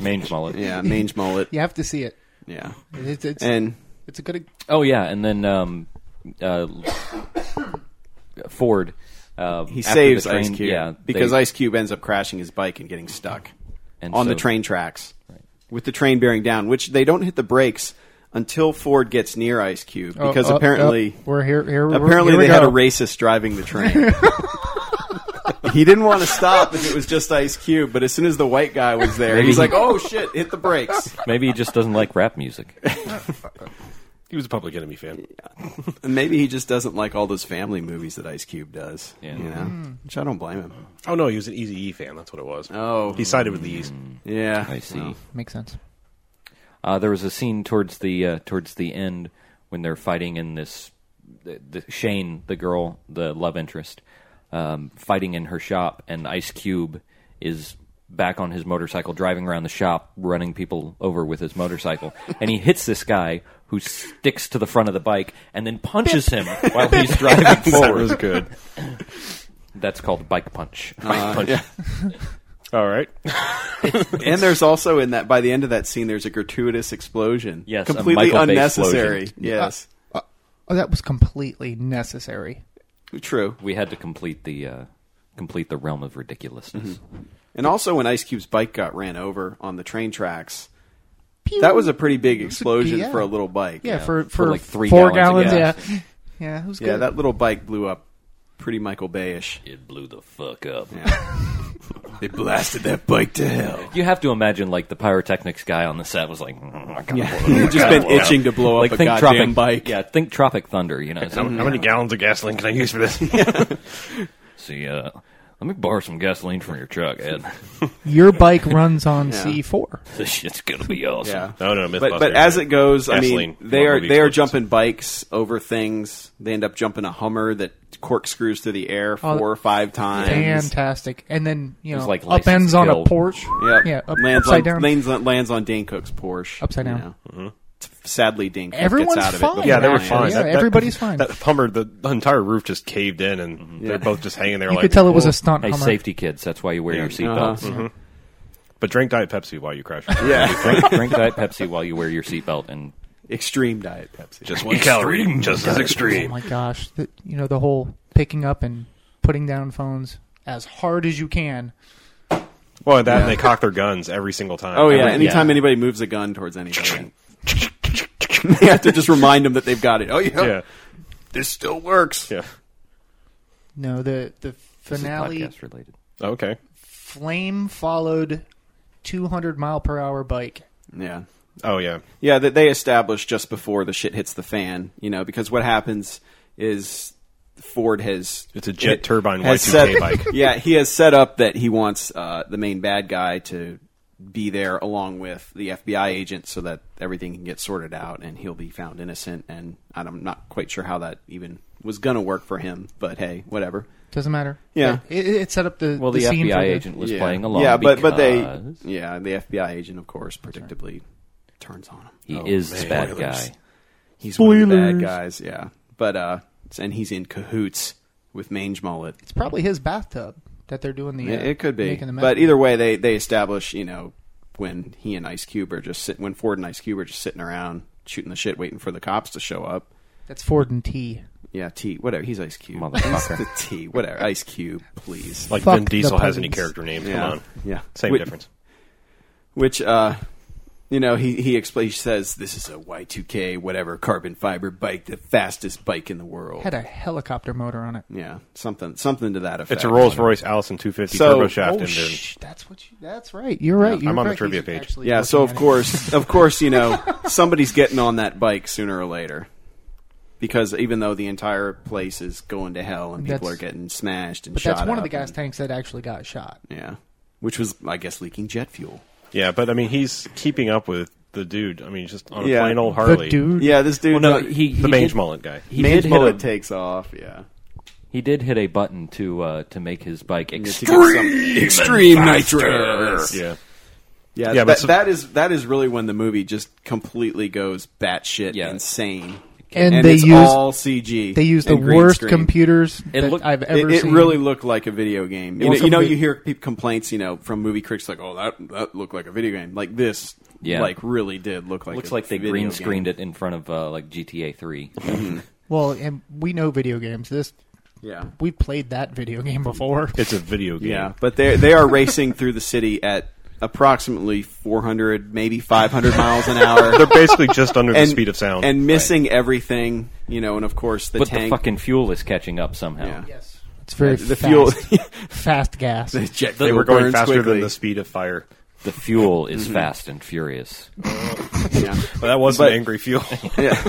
Speaker 1: Mange mullet.
Speaker 3: yeah, mange mullet.
Speaker 4: you have to see it.
Speaker 3: Yeah,
Speaker 4: It's, it's,
Speaker 3: and
Speaker 4: It's a good.
Speaker 1: Oh yeah, and then um, uh, Ford. Uh,
Speaker 3: He
Speaker 1: after the
Speaker 3: saves
Speaker 1: train-
Speaker 3: Ice Cube
Speaker 1: Yeah,
Speaker 3: because
Speaker 1: they-
Speaker 3: Ice Cube ends up crashing his bike and getting stuck
Speaker 1: And
Speaker 3: on the
Speaker 1: so-
Speaker 3: train tracks with the train bearing down, which they don't hit the brakes until Ford gets near Ice Cube
Speaker 4: oh,
Speaker 3: because
Speaker 4: oh,
Speaker 3: apparently
Speaker 4: oh, we're here. here we're-
Speaker 3: apparently
Speaker 4: here we
Speaker 3: they had a
Speaker 4: go.
Speaker 3: racist driving the train. he didn't want to stop if it was just Ice Cube, but as soon as the white guy was there,
Speaker 1: Maybe
Speaker 3: he's
Speaker 1: he-
Speaker 3: like, "Oh shit, hit the brakes."
Speaker 1: Maybe he just doesn't like rap music.
Speaker 2: He was a Public Enemy fan.
Speaker 3: And maybe he just doesn't like all those family movies that Ice Cube does,
Speaker 1: Yeah.
Speaker 3: you know?
Speaker 4: Hmm.
Speaker 3: Which I don't blame him.
Speaker 2: Oh no, he was an Easy E fan. That's what it was.
Speaker 3: Oh.
Speaker 2: he sided with the East.
Speaker 3: Yeah.
Speaker 1: I see.
Speaker 4: Makes sense.
Speaker 1: Uh, there was a scene towards the uh, towards the end when they're fighting in this the, the, Shane, the girl, the love interest, um, fighting in her shop, and Ice Cube is back on his motorcycle driving around the shop, running people over with his motorcycle, and he hits this guy who sticks to the front of the bike and then punches him while he's driving
Speaker 2: That
Speaker 1: forward.
Speaker 2: was good.
Speaker 1: That's called bike punch.
Speaker 3: yeah.
Speaker 2: All right.
Speaker 3: And there's also in that by the end of that scene there's a gratuitous explosion.
Speaker 1: Yes, a
Speaker 3: Completely
Speaker 1: Michael Bay
Speaker 3: unnecessary.
Speaker 1: explosion.
Speaker 3: Yes.
Speaker 4: Uh, oh, that was completely necessary.
Speaker 3: True.
Speaker 1: we had to complete the uh, complete the realm of ridiculousness.
Speaker 3: And also when Ice Cube's bike got ran over on the train tracks, that was a pretty big explosion
Speaker 4: yeah.
Speaker 3: for a little bike.
Speaker 4: Yeah, for, for,
Speaker 1: like three
Speaker 4: four
Speaker 1: gallons of
Speaker 4: gallons.
Speaker 1: gas.
Speaker 4: yeah, yeah, it was
Speaker 3: Yeah,
Speaker 4: good.
Speaker 3: that little bike blew up pretty Michael Bayish.
Speaker 1: It blew the fuck up.
Speaker 3: they blasted that bike to hell.
Speaker 1: You have to imagine like the pyrotechnics guy on the set was like, "Mm, I gotta blow it up."
Speaker 3: You've just been itching to blow up
Speaker 1: like
Speaker 3: a
Speaker 1: think
Speaker 3: goddamn
Speaker 1: Tropic
Speaker 3: bike.
Speaker 1: Yeah, think Tropic Thunder. You know,
Speaker 2: How,
Speaker 1: so,
Speaker 2: how many gallons of gasoline can I use for this?
Speaker 1: see, uh, let me borrow some gasoline from your truck, Ed.
Speaker 4: Your bike runs on C four.
Speaker 1: this shit's gonna be awesome.
Speaker 3: Yeah.
Speaker 2: No, no, Mythbusters.
Speaker 3: But, but as it goes,
Speaker 2: Gasoline.
Speaker 3: I mean, they are
Speaker 2: Movie
Speaker 3: they are
Speaker 2: explosions.
Speaker 3: jumping bikes over things. They end up jumping a Hummer that corkscrews through the air
Speaker 4: Oh,
Speaker 3: four or five times.
Speaker 4: Fantastic. And then you know,
Speaker 1: was like license
Speaker 4: upends on a
Speaker 1: kill.
Speaker 4: porch.
Speaker 3: Yep.
Speaker 4: Yeah, up,
Speaker 3: lands
Speaker 4: upside
Speaker 3: on,
Speaker 4: down.
Speaker 3: Lands on, lands on Dane Cook's Porsche.
Speaker 4: Upside
Speaker 3: you
Speaker 4: down.
Speaker 3: know. Sadly, Dane Cook
Speaker 4: Everyone's
Speaker 3: gets out of it.
Speaker 4: fine.
Speaker 3: before
Speaker 2: Mm-hmm. yeah, they were
Speaker 3: the
Speaker 4: Yeah,
Speaker 2: fine.
Speaker 3: end.
Speaker 4: yeah, everybody's fine.
Speaker 2: That Hummer, the, the entire roof just caved in, and they're both just hanging there.
Speaker 4: you
Speaker 2: like,
Speaker 4: could tell it was
Speaker 2: "Whoa."
Speaker 4: a stunt.
Speaker 1: Hey,
Speaker 4: Hummer.
Speaker 1: safety kids, that's why you wear your
Speaker 3: Uh-huh.
Speaker 1: seatbelts.
Speaker 2: But drink Diet Pepsi while you crash.
Speaker 3: Yeah.
Speaker 1: drink, drink Diet Pepsi while you wear your seatbelt, and
Speaker 3: Extreme diet Pepsi.
Speaker 2: just one calorie, just as
Speaker 4: Oh
Speaker 2: extreme.
Speaker 4: my gosh! The, you know the whole picking up and putting down phones as hard as you can.
Speaker 2: Well, that and they cock their guns every single time.
Speaker 3: Oh yeah.
Speaker 2: Every-
Speaker 3: Anytime anybody moves a gun towards anybody, they have to just remind them that they've got it. Oh yeah,
Speaker 2: yeah,
Speaker 3: this still works.
Speaker 2: yeah.
Speaker 4: No, the the
Speaker 1: this is
Speaker 4: finale
Speaker 1: podcast related.
Speaker 2: Okay.
Speaker 4: flame followed 200 mile per hour bike.
Speaker 3: Yeah.
Speaker 2: Oh yeah.
Speaker 3: Yeah, that they established just before the shit hits the fan, you know, because what happens is Ford has
Speaker 2: It's a jet
Speaker 3: ha-
Speaker 2: turbine
Speaker 3: has
Speaker 2: Y2K
Speaker 3: set-
Speaker 2: bike.
Speaker 3: Yeah, he has set up that he wants uh, the main bad guy to be there along with the FBI agent so that everything can get sorted out and he'll be found innocent. And I'm not quite sure how that even was gonna work for him, but hey, whatever.
Speaker 4: Doesn't matter.
Speaker 3: Yeah.
Speaker 4: it, it- it set up the
Speaker 1: Well, the,
Speaker 4: scene for
Speaker 1: FBI
Speaker 4: the-
Speaker 1: agent was playing along.
Speaker 3: Yeah, but but they
Speaker 1: because
Speaker 3: yeah the FBI agent, of course, predictably turns on him.
Speaker 1: he is the bad
Speaker 3: Spoilers.
Speaker 1: guy.
Speaker 3: He's one of the bad
Speaker 4: Oh, Spoilers.
Speaker 3: guys. Yeah, but uh, and he's in cahoots with Mange Mullet.
Speaker 4: It's probably his bathtub that they're doing the.
Speaker 3: It, it could be,
Speaker 4: making the
Speaker 3: but either way, they they establish you know when he and Ice Cube are just sit, when Ford and Ice Cube are just sitting around shooting the shit, waiting for the cops to show up.
Speaker 4: that's Ford and T.
Speaker 3: Yeah, T, whatever. He's Ice Cube.
Speaker 1: Motherfucker.
Speaker 3: the T, whatever. Ice Cube, please.
Speaker 2: Like
Speaker 4: Fuck
Speaker 2: Vin Diesel
Speaker 4: the
Speaker 2: has any
Speaker 4: peasants.
Speaker 2: character names?
Speaker 3: yeah,
Speaker 2: Come on.
Speaker 3: yeah.
Speaker 2: Same
Speaker 3: Wh-
Speaker 2: difference.
Speaker 3: Which, uh, you know, he he explains. He says this is a Y2K whatever carbon fiber bike, the fastest bike in the world.
Speaker 4: Had a helicopter motor on it.
Speaker 3: yeah, something something to that effect.
Speaker 2: It's a Rolls Royce Allison 250
Speaker 3: So-
Speaker 2: turbo shaft
Speaker 4: oh,
Speaker 2: engine.
Speaker 4: shh, that's what you. That's right. You're right.
Speaker 2: I'm
Speaker 4: you're
Speaker 2: on the
Speaker 4: right.
Speaker 2: trivia
Speaker 4: He's
Speaker 2: page.
Speaker 4: actually
Speaker 3: Yeah,
Speaker 4: looking
Speaker 3: so of
Speaker 4: at it.
Speaker 3: course, of course, you know, somebody's getting on that bike sooner or later. Because even though the entire place is going to hell and people
Speaker 4: That's-
Speaker 3: are getting smashed and
Speaker 4: But
Speaker 3: shot
Speaker 4: that's one of
Speaker 3: up
Speaker 4: the gas
Speaker 3: and-
Speaker 4: tanks that actually got shot.
Speaker 3: yeah, which was I guess leaking jet fuel.
Speaker 2: Yeah, but I mean, he's keeping up with the dude. I mean, he's just on a
Speaker 3: Yeah.
Speaker 2: plain old Harley.
Speaker 4: The dude.
Speaker 3: Yeah, this dude.
Speaker 1: Well, no, he, he
Speaker 2: the mange
Speaker 1: did,
Speaker 2: mullet guy.
Speaker 1: He
Speaker 3: Mange
Speaker 1: did hit
Speaker 3: Mullet
Speaker 1: a-
Speaker 3: takes off. Yeah,
Speaker 1: He did hit a button to uh, to make his bike
Speaker 3: To
Speaker 1: extreme.
Speaker 3: get some- extreme nitrous.
Speaker 2: Yeah. Yeah,
Speaker 3: Yeah,
Speaker 2: but
Speaker 3: that,
Speaker 2: so-
Speaker 3: that is that is really when the movie just completely goes batshit
Speaker 1: Yeah.
Speaker 3: insane.
Speaker 4: And,
Speaker 3: and
Speaker 4: they
Speaker 3: it's
Speaker 4: used
Speaker 3: all CG.
Speaker 4: they used the
Speaker 3: and green
Speaker 4: worst
Speaker 3: screen.
Speaker 4: computers
Speaker 1: It
Speaker 4: that
Speaker 1: looked-
Speaker 4: I've
Speaker 3: It,
Speaker 4: ever
Speaker 3: it
Speaker 4: seen.
Speaker 3: really looked like a video game. You
Speaker 1: Well,
Speaker 3: know, you, know,
Speaker 1: somebody-
Speaker 3: you hear pe- complaints, you know, from movie critics like, "Oh, that that looked like a video game." Like this,
Speaker 1: Yeah.
Speaker 3: like really did look like.
Speaker 1: Looks
Speaker 3: a
Speaker 1: like they
Speaker 3: video
Speaker 1: green
Speaker 3: game.
Speaker 1: screened it in front of uh, like GTA Three.
Speaker 4: well, and we know video games. This
Speaker 3: Yeah,
Speaker 4: we played that video game before.
Speaker 2: It's a video game.
Speaker 3: yeah, but they they are racing through the city at approximately 400, maybe 500 miles an hour.
Speaker 2: They're basically just under the speed of sound.
Speaker 3: and missing everything, you know, and of course the
Speaker 1: but the
Speaker 3: tank,
Speaker 1: fucking fuel is catching up somehow.
Speaker 3: Yeah.
Speaker 4: yes, it's very
Speaker 3: the
Speaker 4: fast,
Speaker 3: fuel.
Speaker 4: fast gas.
Speaker 3: the jet
Speaker 2: they
Speaker 3: fuel
Speaker 2: were going
Speaker 3: burns
Speaker 2: faster
Speaker 3: quickly.
Speaker 2: than the speed of fire.
Speaker 1: The fuel is fast and furious.
Speaker 3: Yeah.
Speaker 2: But that wasn't
Speaker 3: But-
Speaker 2: angry fuel.
Speaker 3: Yeah.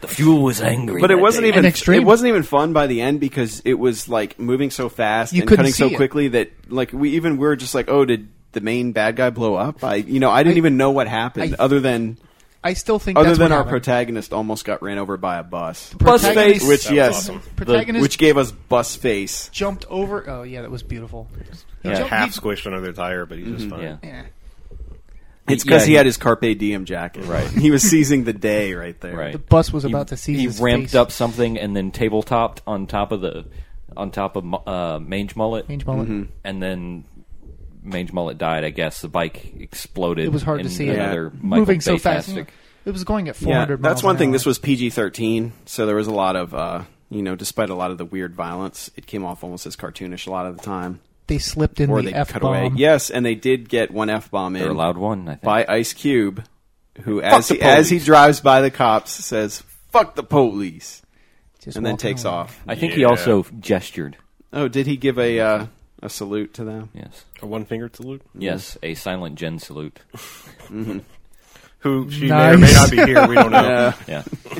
Speaker 1: The fuel was angry,
Speaker 3: But it wasn't even
Speaker 4: And extreme.
Speaker 3: it wasn't even fun by the end because it was like moving so fast
Speaker 4: You
Speaker 3: and
Speaker 4: couldn't
Speaker 3: cutting so
Speaker 4: see it.
Speaker 3: quickly that like we even we were just like, oh, did the main bad guy blow up? I you know I didn't
Speaker 4: I-
Speaker 3: even know what happened
Speaker 4: I-
Speaker 3: other than
Speaker 4: I still think
Speaker 3: other
Speaker 4: that's
Speaker 3: than
Speaker 4: what
Speaker 3: our
Speaker 4: happened.
Speaker 3: protagonist almost got ran over by a bus.
Speaker 4: Protagonist-
Speaker 3: which
Speaker 2: That was
Speaker 3: yes,
Speaker 2: awesome.
Speaker 3: the-
Speaker 4: Protagonist-
Speaker 3: which gave us bus face.
Speaker 4: jumped over. Oh yeah, that was beautiful. He
Speaker 1: Yeah.
Speaker 4: jumped-
Speaker 2: Half
Speaker 4: he-
Speaker 2: squished under their tire, but he's
Speaker 3: Mm-hmm.
Speaker 2: just fine.
Speaker 1: Yeah.
Speaker 4: yeah.
Speaker 3: It's because
Speaker 1: Yeah,
Speaker 3: he
Speaker 1: he-
Speaker 3: had his carpe diem jacket. Right, he was seizing the day right there.
Speaker 1: Right.
Speaker 4: The bus was about to seize
Speaker 1: He
Speaker 4: his
Speaker 1: ramped
Speaker 4: face.
Speaker 1: up something and then tabletopped on top of the on top of uh, Mange Mullet,
Speaker 4: Mange Mullet.
Speaker 3: Mm-hmm.
Speaker 1: and then Mange Mullet died. I guess the bike exploded.
Speaker 4: It was hard to
Speaker 1: in
Speaker 4: see it.
Speaker 1: Another
Speaker 3: Yeah.
Speaker 1: Michael
Speaker 4: moving so fast.
Speaker 1: Bay-tastic.
Speaker 4: It was going at 400
Speaker 3: Yeah,
Speaker 4: miles.
Speaker 3: that's one
Speaker 4: an
Speaker 3: thing.
Speaker 4: hour.
Speaker 3: This was PG thirteen, so there was a lot of uh, you know, despite a lot of the weird violence, it came off almost as cartoonish a lot of the time.
Speaker 4: they slipped in
Speaker 3: Or
Speaker 4: the
Speaker 3: they
Speaker 4: f
Speaker 3: cut away.
Speaker 4: bomb.
Speaker 3: Yes, and they did get one f bomb
Speaker 1: They
Speaker 3: in
Speaker 1: were allowed one. I think.
Speaker 3: by Ice Cube, who as
Speaker 1: the
Speaker 3: he, as he
Speaker 1: police.
Speaker 3: drives by the cops says "fuck the police"
Speaker 4: Just
Speaker 3: and then
Speaker 4: walking
Speaker 3: takes
Speaker 4: away.
Speaker 3: off.
Speaker 1: I think he
Speaker 2: Yeah.
Speaker 1: also gestured.
Speaker 3: Oh, did he give a uh, a salute to them?
Speaker 1: Yes.
Speaker 2: A one finger salute.
Speaker 1: Yes, a silent Jen salute.
Speaker 2: Who she may or
Speaker 4: Nice.
Speaker 2: may not be here. We don't know.
Speaker 3: Yeah,
Speaker 1: Yeah.
Speaker 3: Uh,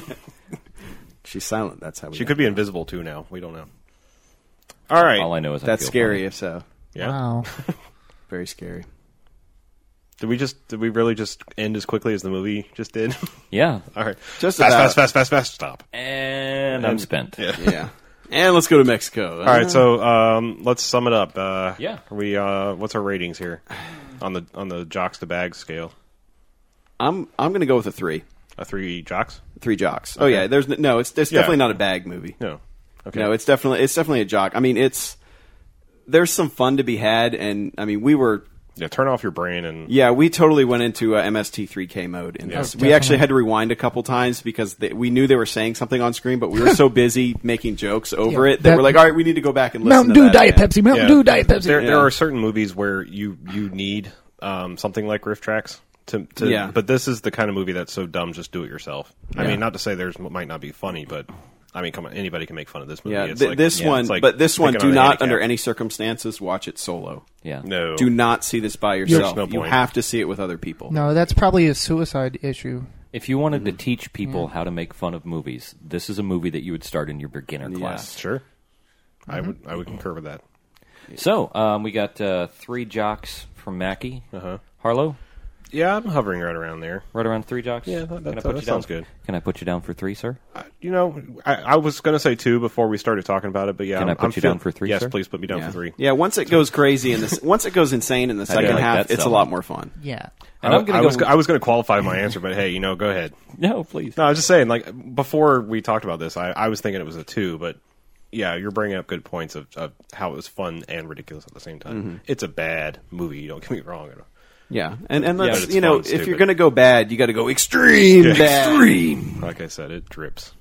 Speaker 3: she's silent. That's how we
Speaker 2: She
Speaker 3: know.
Speaker 2: could be invisible too. Now we don't know. All right.
Speaker 1: All I know is I
Speaker 3: That's
Speaker 1: feel
Speaker 3: scary.
Speaker 1: funny.
Speaker 3: If so,
Speaker 2: Yeah.
Speaker 4: Wow.
Speaker 3: very scary.
Speaker 2: Did we just? Did we really just end as quickly as the movie just did?
Speaker 1: Yeah.
Speaker 2: All right.
Speaker 3: Just
Speaker 2: fast,
Speaker 3: about.
Speaker 2: fast, fast, fast, fast. Stop.
Speaker 1: And I'm spent.
Speaker 2: Yeah.
Speaker 3: Yeah, and let's go to Mexico.
Speaker 2: All right. So um, let's sum it up. Uh,
Speaker 1: Yeah.
Speaker 2: Are we? Uh, what's our ratings here on the on the jocks to bags scale?
Speaker 3: I'm I'm going to go with a three.
Speaker 2: A three jocks?
Speaker 3: Three jocks. Oh yeah, there's n- no. It's, it's
Speaker 2: Yeah.
Speaker 3: definitely not a bag movie.
Speaker 2: No. Okay.
Speaker 3: No, it's definitely it's definitely a jock. I mean, it's there's some fun to be had, and I mean, we were
Speaker 2: yeah. Turn off your brain and
Speaker 3: yeah, we totally went into uh, MST3K mode in this.
Speaker 4: Oh, definitely.
Speaker 3: We actually had to rewind a couple times because they, we knew they were saying something on screen, but we were so busy making jokes over
Speaker 4: Yeah,
Speaker 3: it that,
Speaker 4: that-
Speaker 3: we're like, all right, we need to go back and listen.
Speaker 4: Mountain
Speaker 3: to
Speaker 4: Dew
Speaker 3: that
Speaker 4: Diet
Speaker 3: again."
Speaker 4: Pepsi. Mountain
Speaker 2: Yeah.
Speaker 4: Dew Diet Pepsi.
Speaker 2: There, there
Speaker 3: Yeah.
Speaker 2: are certain movies where you you need um, something like riff tracks to, to
Speaker 3: Yeah.
Speaker 2: but this is the kind of movie that's so dumb just do it yourself. I
Speaker 3: Yeah.
Speaker 2: mean, not to say there's might not be funny, but I mean, come on, anybody can make fun of this movie.
Speaker 3: Yeah,
Speaker 2: It's
Speaker 3: th-
Speaker 2: like-
Speaker 3: this
Speaker 2: yeah,
Speaker 3: one,
Speaker 2: it's like
Speaker 3: but this one,
Speaker 2: picking
Speaker 3: do
Speaker 2: a
Speaker 3: not
Speaker 2: handicap.
Speaker 3: under any circumstances watch it solo.
Speaker 1: Yeah.
Speaker 2: no.
Speaker 3: Do not see this by yourself.
Speaker 2: no
Speaker 3: you
Speaker 2: point.
Speaker 3: have to see it with other people.
Speaker 4: No, that's probably a suicide issue.
Speaker 1: If you wanted
Speaker 2: Mm-hmm.
Speaker 1: to teach people how to make fun of movies, this is a movie that you would start in your beginner class.
Speaker 2: Sure, I
Speaker 3: Mm-hmm.
Speaker 2: would I would concur with that.
Speaker 1: So um, we got uh, three jocks from Mackey.
Speaker 2: Uh-huh.
Speaker 1: Harlow,
Speaker 2: Yeah, I'm hovering right around there.
Speaker 1: right around three jocks.
Speaker 2: Yeah, that-
Speaker 1: Can I
Speaker 2: that-
Speaker 1: put
Speaker 2: that
Speaker 1: you down?
Speaker 2: sounds good.
Speaker 1: Can I put you down for three, sir?
Speaker 2: I, Uh, you know, I, I was going to say two before we started talking about it, but yeah,
Speaker 1: Can I
Speaker 2: I'm-
Speaker 1: put
Speaker 2: I'm
Speaker 1: you
Speaker 2: feel-
Speaker 1: down for three,
Speaker 2: Yes,
Speaker 1: sir?
Speaker 2: please put me down
Speaker 3: yeah.
Speaker 2: for three.
Speaker 3: Yeah, once it goes crazy in this, once it goes insane in the second
Speaker 1: like
Speaker 3: half,
Speaker 1: that
Speaker 3: it's a
Speaker 1: song.
Speaker 3: lot more fun.
Speaker 4: Yeah.
Speaker 1: And
Speaker 2: I,
Speaker 1: am gonna
Speaker 2: Uh, I
Speaker 1: go.
Speaker 2: was I was going to qualify my answer, but hey, you know, go ahead.
Speaker 1: no, please.
Speaker 2: No, I was just saying, like before we talked about this, I, I was thinking it was a two, but yeah, you're bringing up good points of, of how it was fun and ridiculous at the same time.
Speaker 3: Mm-hmm.
Speaker 2: It's a bad movie. You don't get me wrong.
Speaker 3: Yeah, and and
Speaker 2: but
Speaker 3: let's
Speaker 2: it's
Speaker 3: you know
Speaker 2: fun,
Speaker 3: if
Speaker 2: stupid.
Speaker 3: you're gonna go bad, you got to go extreme
Speaker 2: Yeah.
Speaker 3: bad. Extreme.
Speaker 2: Like I said, it drips.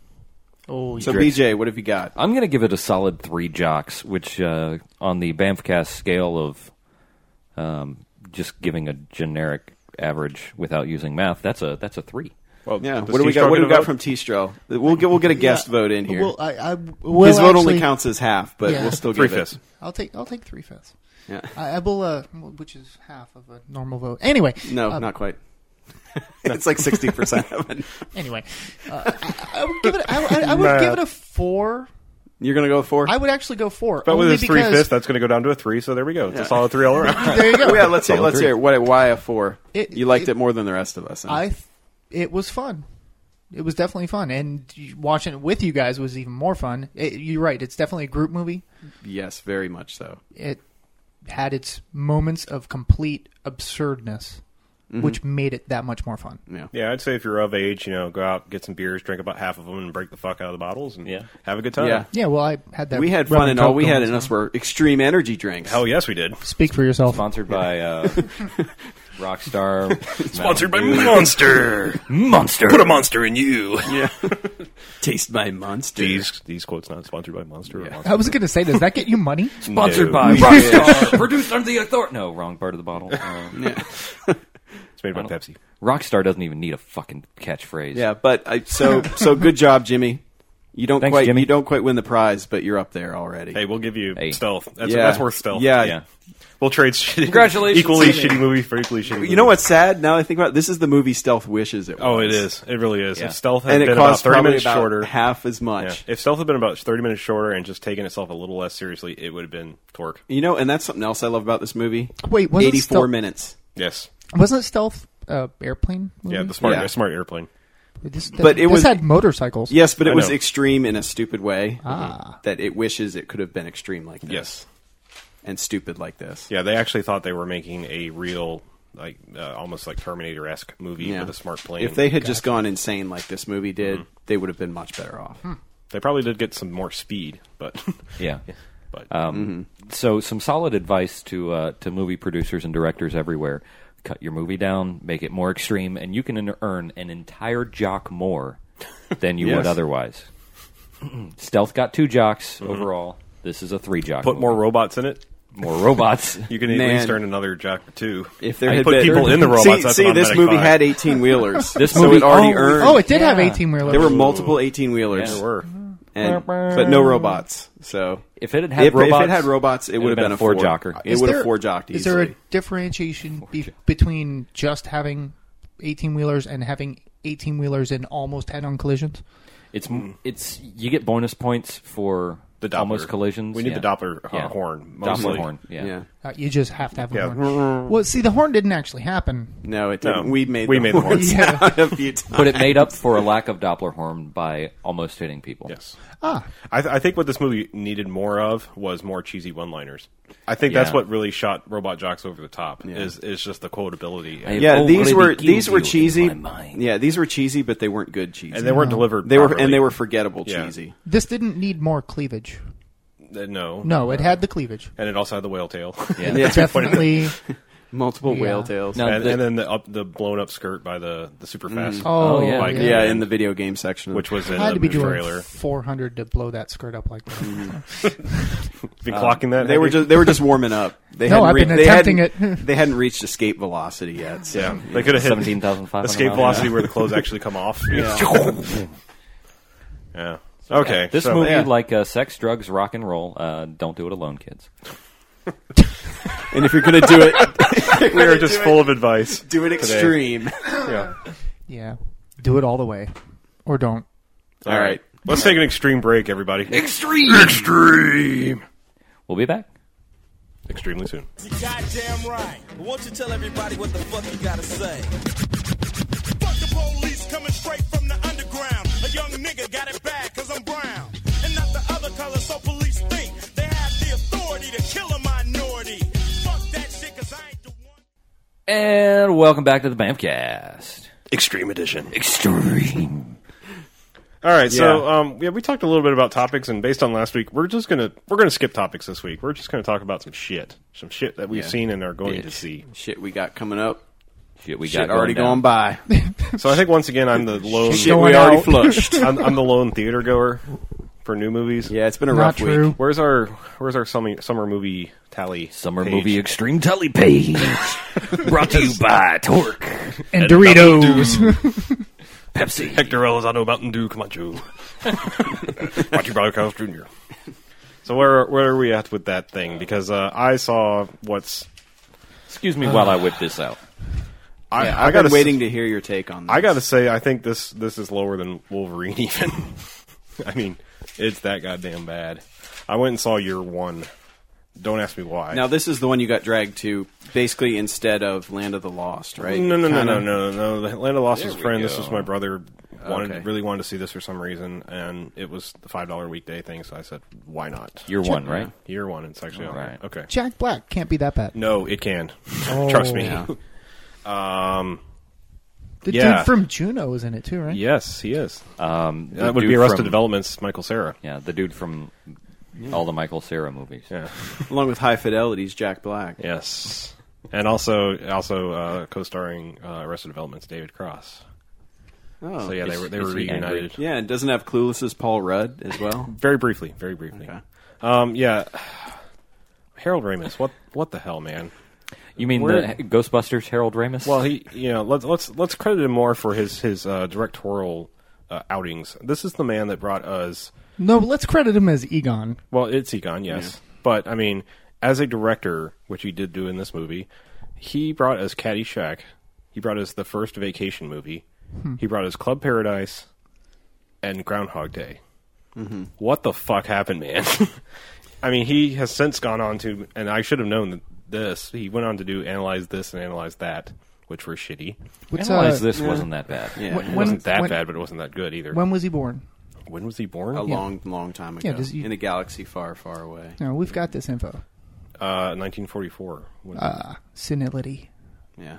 Speaker 4: Oh, yeah.
Speaker 3: So BJ, what have you got?
Speaker 1: I'm going to give it a solid three jocks, which uh, on the Banffcast scale of um, just giving a generic average without using math, that's a that's a three.
Speaker 2: Well,
Speaker 3: Yeah,
Speaker 2: Oh, does
Speaker 3: what do we
Speaker 2: Steve
Speaker 3: got? What do
Speaker 2: Stroh
Speaker 3: we
Speaker 2: get a
Speaker 3: got
Speaker 2: vote?
Speaker 3: from T. Stro? We'll get we'll get a guest vote in here.
Speaker 4: Uh, Well, I, I will
Speaker 3: His vote
Speaker 4: actually-
Speaker 3: only counts as half, but
Speaker 4: Yeah.
Speaker 3: we'll still
Speaker 2: three
Speaker 3: give
Speaker 2: fifths?
Speaker 3: it.
Speaker 4: I'll take I'll take three fifths.
Speaker 3: Yeah.
Speaker 4: I, I will, uh, which is half of a normal vote. Anyway,
Speaker 3: No,
Speaker 4: uh,
Speaker 3: not quite. it's like sixty percent of it.
Speaker 4: Anyway, uh, I, I would give it. I, I, I would
Speaker 2: Nah.
Speaker 4: give it a four.
Speaker 3: You're gonna go with four.
Speaker 4: I would actually go four.
Speaker 2: But with
Speaker 4: only
Speaker 2: this three
Speaker 4: because
Speaker 2: fifths, that's going to go down to a three. So there we go. It's a solid three all around.
Speaker 4: there you go.
Speaker 3: yeah, let's hear.
Speaker 1: Solid
Speaker 3: Let's
Speaker 1: three.
Speaker 3: hear. What? Why a four?
Speaker 4: It-
Speaker 3: you liked
Speaker 4: it-
Speaker 3: it, more than the rest of us. huh?
Speaker 4: I, th- it was fun. It was definitely fun, and you- watching it with you guys was even more fun. It, you're right; it's definitely a group movie.
Speaker 3: yes, very much so.
Speaker 4: It had its moments of complete absurdness,
Speaker 3: Mm-hmm.
Speaker 4: which made it that much more fun.
Speaker 3: Yeah.
Speaker 2: Yeah, I'd say if you're of age, you know, go out, get some beers, drink about half of them, and break the fuck out of the bottles, and
Speaker 1: Yeah.
Speaker 2: have a good time.
Speaker 3: Yeah.
Speaker 4: Yeah, well, I had that.
Speaker 3: We had
Speaker 4: rum
Speaker 3: fun, and all
Speaker 4: coke
Speaker 3: we had
Speaker 4: going,
Speaker 3: in
Speaker 4: so-
Speaker 3: us were extreme energy drinks.
Speaker 2: Hell yes, we did.
Speaker 4: Speak for yourself.
Speaker 1: Sponsored by uh, Rockstar.
Speaker 2: Sponsored by
Speaker 1: Mountain Dew.
Speaker 2: Monster.
Speaker 1: Monster.
Speaker 2: Put a monster in you.
Speaker 3: Taste my monster.
Speaker 2: These these quotes not sponsored by Monster. Or
Speaker 4: I
Speaker 2: monster.
Speaker 4: was going to say, does that get you money?
Speaker 1: Sponsored
Speaker 2: No.
Speaker 1: by Rockstar. Produced under the authority. No, wrong part of the bottle. Uh,
Speaker 2: It's made by
Speaker 1: I don't-
Speaker 2: Pepsi.
Speaker 1: Rockstar doesn't even need a fucking catchphrase.
Speaker 3: Yeah, but I, so so good job, Jimmy. You don't
Speaker 1: Thanks,
Speaker 3: quite
Speaker 1: Jimmy.
Speaker 3: you don't quite win the prize, but you're up there already.
Speaker 2: Hey, we'll give you
Speaker 1: Hey.
Speaker 2: stealth. That's,
Speaker 3: Yeah.
Speaker 2: that's worth stealth.
Speaker 3: Yeah.
Speaker 1: Yeah.
Speaker 2: We'll trade shitty,
Speaker 1: Congratulations,
Speaker 2: equally
Speaker 1: Jimmy.
Speaker 2: shitty movie for equally shitty.
Speaker 3: You know what's sad? Now I think about it, this is the movie Stealth wishes it. Was.
Speaker 2: Oh, it is. It really is.
Speaker 1: Yeah.
Speaker 2: If stealth had
Speaker 3: and
Speaker 2: been
Speaker 3: it
Speaker 2: about
Speaker 3: costs
Speaker 2: thirty
Speaker 3: probably
Speaker 2: minutes
Speaker 3: about
Speaker 2: shorter,
Speaker 3: half as
Speaker 2: yeah.
Speaker 3: much.
Speaker 2: if stealth had been about thirty minutes shorter and just taken itself a little less seriously, it would have been torque.
Speaker 3: You know, and that's something else I love about this movie.
Speaker 4: Wait, wasn't
Speaker 3: eighty-four
Speaker 4: Stealth-
Speaker 3: minutes.
Speaker 2: Yes.
Speaker 4: Wasn't it stealth uh, airplane? Movie?
Speaker 2: Yeah, the smart
Speaker 3: Mm-hmm. Yeah.
Speaker 2: smart airplane.
Speaker 4: This,
Speaker 3: But it
Speaker 4: this
Speaker 3: was-
Speaker 4: had motorcycles.
Speaker 3: Yes, but it
Speaker 2: I
Speaker 3: was
Speaker 2: know.
Speaker 3: extreme in a stupid way.
Speaker 4: Ah.
Speaker 3: That it wishes it could have been extreme like this.
Speaker 2: Yes.
Speaker 3: And stupid like this.
Speaker 2: Yeah, they actually thought they were making a real, like uh, almost like Terminator esque movie
Speaker 3: Yeah.
Speaker 2: with a smart plane.
Speaker 3: If they had just gone insane like this movie did, they would have been much better off.
Speaker 1: Hmm.
Speaker 2: they probably did get some more speed, but
Speaker 1: Yeah.
Speaker 2: but
Speaker 1: Um, So, some solid advice to uh, to movie producers and directors everywhere: cut your movie down, make it more extreme, and you can en- earn an entire jock more than you would
Speaker 3: Yes.
Speaker 1: otherwise. Stealth got two jocks overall. This is a three jock.
Speaker 2: put
Speaker 1: movie.
Speaker 2: more robots in it.
Speaker 1: more robots.
Speaker 2: You can at
Speaker 3: Man.
Speaker 2: least earn another jack or two.
Speaker 3: If there
Speaker 1: I
Speaker 3: had
Speaker 1: put
Speaker 3: been,
Speaker 1: people in the
Speaker 2: robots,
Speaker 3: See,
Speaker 2: that's
Speaker 3: see
Speaker 2: an
Speaker 3: this
Speaker 2: automatic
Speaker 3: movie
Speaker 2: buy.
Speaker 3: had eighteen wheelers.
Speaker 1: This
Speaker 3: so
Speaker 1: movie-
Speaker 3: it already
Speaker 1: oh,
Speaker 3: earned.
Speaker 4: Oh, it did have
Speaker 1: Yeah.
Speaker 4: 18 wheelers.
Speaker 3: there were multiple eighteen wheelers.
Speaker 1: Yeah.
Speaker 2: There were.
Speaker 3: and but no robots. So
Speaker 1: If it had had
Speaker 3: if,
Speaker 1: robots,
Speaker 3: if it had robots, it, would have been a
Speaker 1: four
Speaker 3: four
Speaker 1: jocker.
Speaker 3: It
Speaker 4: Is
Speaker 3: would have
Speaker 4: there-
Speaker 3: four jocked
Speaker 4: Is there
Speaker 3: easily.
Speaker 4: a differentiation be- between just having 18 wheelers and having 18 wheelers in almost head on collisions?
Speaker 1: it's m it's you get bonus points for
Speaker 2: Mm. The Doppler.
Speaker 1: almost collisions.
Speaker 2: We need
Speaker 1: Yeah.
Speaker 2: the Doppler uh,
Speaker 1: Yeah.
Speaker 2: horn.
Speaker 1: Doppler
Speaker 2: mostly.
Speaker 1: horn.
Speaker 3: yeah.
Speaker 1: Yeah.
Speaker 4: Uh, you just have to have a
Speaker 2: Yeah.
Speaker 4: horn. Well, see, the horn didn't actually happen.
Speaker 3: No, it
Speaker 2: No,
Speaker 3: didn't. we made
Speaker 2: we
Speaker 3: the
Speaker 2: made the
Speaker 3: horns
Speaker 4: horns.
Speaker 3: out a few times.
Speaker 1: But it made up for a lack of Doppler horn by almost hitting people.
Speaker 2: Yes.
Speaker 4: Ah,
Speaker 2: I, th- I think what this movie needed more of was more cheesy one-liners. I think that's
Speaker 1: Yeah.
Speaker 2: what really shot Robot Jocks over the top is is just the quotability, and,
Speaker 1: I-
Speaker 3: yeah,
Speaker 1: Oh,
Speaker 3: these
Speaker 1: Lady
Speaker 3: were
Speaker 1: Gilview
Speaker 3: these were
Speaker 1: in
Speaker 3: cheesy.
Speaker 1: my mind.
Speaker 3: Yeah, these were cheesy, but they weren't good cheesy.
Speaker 2: and they weren't delivered.
Speaker 3: They were
Speaker 2: properly.
Speaker 3: and they were forgettable
Speaker 2: Yeah.
Speaker 3: cheesy.
Speaker 4: this didn't need more cleavage.
Speaker 2: Uh, no,
Speaker 4: No, it had the cleavage.
Speaker 2: and it also had the whale tail.
Speaker 1: Yeah.
Speaker 3: Yeah.
Speaker 4: Definitely.
Speaker 3: Multiple whale
Speaker 4: Yeah.
Speaker 3: tails.
Speaker 1: Now-
Speaker 2: and,
Speaker 1: The-
Speaker 2: and then the up, the blown up skirt by the the super fast,
Speaker 4: Oh,
Speaker 1: Oh, yeah.
Speaker 4: yeah.
Speaker 1: Like,
Speaker 3: Mm. yeah, in the video game section,
Speaker 2: which was in
Speaker 4: I had
Speaker 2: the
Speaker 4: to be
Speaker 2: movie
Speaker 4: doing
Speaker 2: trailer.
Speaker 4: 400 to blow that skirt up like that.
Speaker 2: Been clocking that.
Speaker 3: they were
Speaker 2: heavy?
Speaker 3: just they were just warming up. They
Speaker 4: No,
Speaker 3: hadn't
Speaker 4: I've been
Speaker 3: they
Speaker 4: attempting
Speaker 3: hadn't-
Speaker 4: it.
Speaker 3: they hadn't reached escape velocity yet. So.
Speaker 2: yeah. They could have hit
Speaker 1: 17,500
Speaker 2: escape
Speaker 1: miles.
Speaker 2: velocity where the clothes actually come off. Yeah. Okay.
Speaker 1: This
Speaker 2: so-
Speaker 1: movie,
Speaker 3: yeah.
Speaker 1: like uh, sex, drugs, rock and roll, uh, don't do it alone, kids.
Speaker 3: And if you're gonna do it,
Speaker 2: we are just full of advice.
Speaker 3: do it
Speaker 2: today.
Speaker 3: extreme.
Speaker 2: Yeah.
Speaker 4: yeah. Do it all the way. Or don't.
Speaker 3: All right.
Speaker 2: Let's take an extreme break, everybody.
Speaker 1: Extreme.
Speaker 2: Extreme.
Speaker 1: We'll be back.
Speaker 2: Extremely soon.
Speaker 5: You goddamn right. Won't you tell everybody what the fuck you gotta say?
Speaker 6: Fuck the police coming straight from the underground. A young nigga got it bad cause I'm brown. And not the other color, so police think they have the authority to kill a minority. Fuck that shit cause I ain't the one.
Speaker 1: And welcome back to the Bamcast.
Speaker 2: Extreme edition.
Speaker 1: Extreme.
Speaker 2: All right. So,
Speaker 3: Yeah.
Speaker 2: um, yeah, we talked a little bit about topics, and based on last week, we're just gonna we're gonna skip topics this week. We're just gonna talk about some shit, some shit that we've
Speaker 3: Yeah.
Speaker 2: seen and are going
Speaker 1: Bitch.
Speaker 2: to see.
Speaker 3: Shit, we got coming up.
Speaker 1: Shit, we
Speaker 3: Shit
Speaker 1: got
Speaker 3: already
Speaker 1: going,
Speaker 3: going
Speaker 1: down.
Speaker 3: by.
Speaker 2: So I think once again, I'm the lone.
Speaker 3: Shit,
Speaker 4: Going
Speaker 3: we already
Speaker 4: out.
Speaker 3: flushed.
Speaker 2: I'm, I'm the lone theater goer for new movies.
Speaker 3: Yeah, it's been a
Speaker 4: Not
Speaker 3: rough
Speaker 4: true.
Speaker 3: week.
Speaker 2: Where's our Where's our summer summer movie tally?
Speaker 1: Summer
Speaker 2: page?
Speaker 1: movie extreme telly page. Brought to you by Torque,
Speaker 4: And Doritos.
Speaker 1: Pepsi.
Speaker 2: Hector Elizondo Mountain Dew Camacho. Machu Brother Carlos Jr. So where where are we at with that thing? Because uh, I saw what's
Speaker 1: Excuse me while I whip this out.
Speaker 2: I,
Speaker 3: Yeah,
Speaker 2: I
Speaker 3: I've
Speaker 2: gotta
Speaker 3: been waiting
Speaker 2: s-
Speaker 3: to hear your take on this.
Speaker 2: I gotta say, I think this this is lower than Wolverine. Even I mean, it's that goddamn bad. I went and saw Year One. Don't ask me why.
Speaker 3: Now this is the one you got dragged to, basically instead of Land of the Lost, right?
Speaker 2: No, no, no,
Speaker 3: Kinda-
Speaker 2: no, no, no. The Land of Lost was a
Speaker 1: we
Speaker 2: friend. This
Speaker 1: go.
Speaker 2: was my brother. Wanted
Speaker 3: Okay.
Speaker 2: really wanted to see this for some reason, and it was the five dollar weekday thing. So I said, why not?
Speaker 1: You're one, right?
Speaker 2: Year one. It's actually all
Speaker 1: All
Speaker 2: right.
Speaker 1: right.
Speaker 2: Okay.
Speaker 4: Jack Black can't be that bad.
Speaker 1: Oh,
Speaker 2: No, it can. Trust me.
Speaker 3: yeah.
Speaker 4: The
Speaker 2: Yeah.
Speaker 4: dude from Juno was in it too, right?
Speaker 2: Yes, he is.
Speaker 1: Um, the
Speaker 2: that would
Speaker 1: dude
Speaker 2: be Arrested
Speaker 1: from-
Speaker 2: Development's Michael Sarah.
Speaker 1: Yeah, the dude from all the Michael Cera movies.
Speaker 2: Yeah.
Speaker 3: Along with High Fidelity's Jack Black.
Speaker 2: Yes. And also, also uh, co-starring uh, Arrested Development's David Cross.
Speaker 3: Oh.
Speaker 2: So yeah, they
Speaker 1: Is-
Speaker 2: were they
Speaker 1: is
Speaker 2: were
Speaker 1: he angry?
Speaker 2: reunited.
Speaker 3: Yeah, and doesn't have Clueless's Paul Rudd as well.
Speaker 2: Very briefly, very briefly.
Speaker 3: Okay.
Speaker 2: Um, yeah, Harold Ramis. What what the hell, man?
Speaker 1: You mean
Speaker 2: Where-
Speaker 1: the Ghostbusters Harold Ramis?
Speaker 2: Well, he you know let's let's let's credit him more for his his uh, directorial uh, outings. This is the man that brought us.
Speaker 4: No, but let's credit him as Egon.
Speaker 2: Well, it's Egon, yes, but I mean, as a director, which he did do in this movie, he brought us Caddyshack. He brought us the first vacation movie.
Speaker 4: Hmm.
Speaker 2: He brought us Club Paradise and Groundhog Day.
Speaker 4: Mm-hmm.
Speaker 2: What the fuck happened, man? I mean, he has since gone on to, and I should have known this. He went on to do analyze this and analyze that, which were shitty.
Speaker 4: What's,
Speaker 1: Analyze
Speaker 4: uh,
Speaker 1: this wasn't that bad.
Speaker 3: Yeah.
Speaker 4: When,
Speaker 2: It wasn't that
Speaker 4: when-
Speaker 2: bad, but it wasn't that good either.
Speaker 4: When was he born?
Speaker 2: When was he born?
Speaker 3: A long, long time ago.
Speaker 4: Yeah, does he-
Speaker 3: in a galaxy far, far away.
Speaker 4: No, we've got this info.
Speaker 2: Uh, 1944. When-
Speaker 4: Uh, Senility.
Speaker 3: Yeah.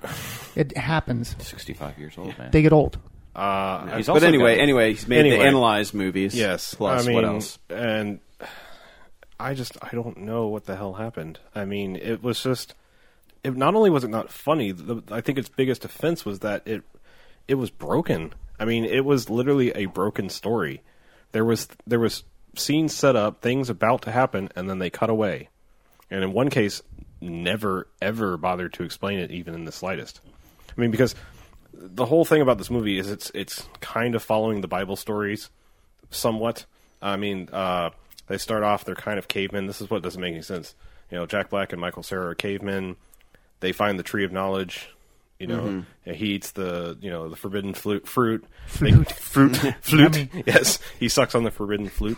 Speaker 4: It happens.
Speaker 1: 65 years old, man.
Speaker 4: They get old.
Speaker 2: uh,
Speaker 1: He's
Speaker 3: But
Speaker 1: also
Speaker 3: anyway,
Speaker 1: got-
Speaker 3: anyway, he's made
Speaker 2: Anyway.
Speaker 3: the analyzed movies.
Speaker 2: yes.
Speaker 3: Plus,
Speaker 2: I mean,
Speaker 3: what else?
Speaker 2: And I just I don't know what the hell happened. I mean, it was just. It, not only was it not funny, the, I think its biggest offense was that it it was broken. I mean, it was literally a broken story. There was there was scenes set up, things about to happen, and then they cut away. And in one case, never ever bothered to explain it, even in the slightest. I mean, because the whole thing about this movie is it's it's kind of following the Bible stories somewhat. I mean, uh, they start off they're kind of cavemen. This is what doesn't make any sense. You know, Jack Black and Michael Sarah are cavemen. They find the tree of knowledge. You know, and he eats the you know the forbidden flute, fruit, fruit, fruit, flute. yes, he sucks on the forbidden flute,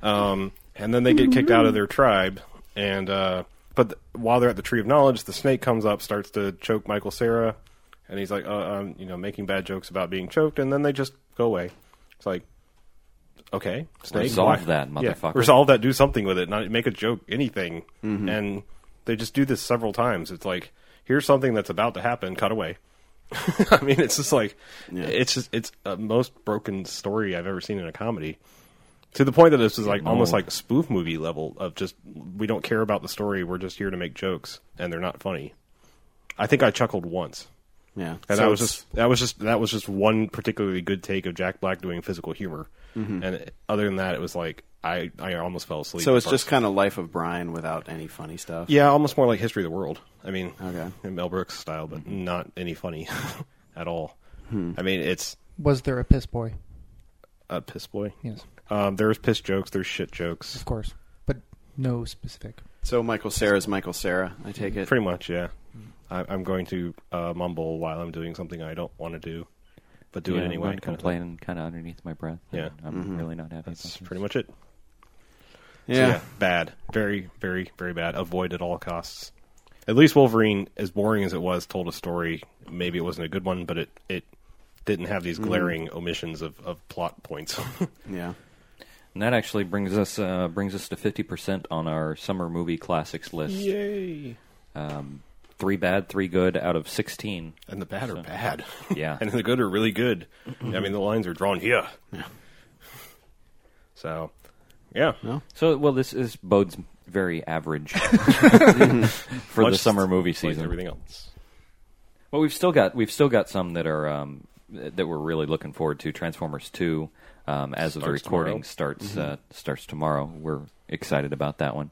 Speaker 2: um, and then they get kicked out of their tribe. And uh, but th- while they're at the tree of knowledge, the snake comes up, starts to choke Michael Sarah, and he's like, uh, um, you know, making bad jokes about being choked, and then they just go away. It's like, okay, snake,
Speaker 1: Resolve
Speaker 2: why-
Speaker 1: that,
Speaker 2: Yeah,
Speaker 1: motherfucker. Mm-hmm.
Speaker 2: resolve that. Do something with it. Not make a joke, anything. And they just do this several times. It's like here's something that's about to happen. Cut away. I mean, it's just like it's just it's a most broken story I've ever seen in a comedy. To the point that this is like almost like spoof movie level of just we don't care about the story. We're just here to make jokes, and they're not funny. I think I chuckled once.
Speaker 3: Yeah.
Speaker 2: And
Speaker 3: So
Speaker 2: that was
Speaker 3: it's-
Speaker 2: just that was just that was just one particularly good take of Jack Black doing physical humor. And it- other than that, it was like I I almost fell asleep.
Speaker 3: Mm-hmm. So
Speaker 2: at
Speaker 3: it's
Speaker 2: first.
Speaker 3: just kind of Life of Brian without any funny stuff.
Speaker 2: yeah, almost more like History of the World. I mean,
Speaker 3: Okay. Mm-hmm.
Speaker 2: in Mel Brooks style, but not any funny at all.
Speaker 3: Hmm.
Speaker 2: I mean, it's
Speaker 4: Was there a piss boy?
Speaker 2: a piss boy.
Speaker 4: Yes,
Speaker 2: Um, there's piss jokes. There's shit jokes.
Speaker 4: of course, but no specific.
Speaker 3: So Michael Sarah's Michael Sarah, I take it.
Speaker 2: Pretty much, yeah. I, I'm going to uh, mumble while I'm doing something I don't want to do, but do
Speaker 1: Yeah,
Speaker 2: it anyway.
Speaker 1: I'm
Speaker 2: kind of thing.
Speaker 1: complaining kind of underneath my breath.
Speaker 2: Yeah. Mm-hmm.
Speaker 1: I'm really not happy.
Speaker 2: That's
Speaker 1: about
Speaker 2: pretty
Speaker 1: this.
Speaker 2: much it. So,
Speaker 3: yeah.
Speaker 2: bad, very, very, very bad. Avoid at all costs. At least Wolverine, as boring as it was, told a story. Maybe it wasn't a good one, but it it didn't have these glaring omissions of, of plot points.
Speaker 3: Yeah.
Speaker 1: And that actually brings us uh, brings us to 50% on our summer movie classics list.
Speaker 2: Yay!
Speaker 1: Three bad, three good out of 16.
Speaker 2: And the bad are bad.
Speaker 1: Yeah.
Speaker 2: and the good are really good. I mean, the lines are drawn here. So, yeah.
Speaker 1: So, well, this is bodes very average for the
Speaker 2: Much
Speaker 1: summer movie
Speaker 2: Like
Speaker 1: season.
Speaker 2: everything else.
Speaker 1: Well, we've still got we've still got some that are um, that we're really looking forward to. Transformers Two, um, as of the
Speaker 2: Starts
Speaker 1: recording,
Speaker 2: tomorrow.
Speaker 1: starts uh, starts tomorrow. We're excited about that one.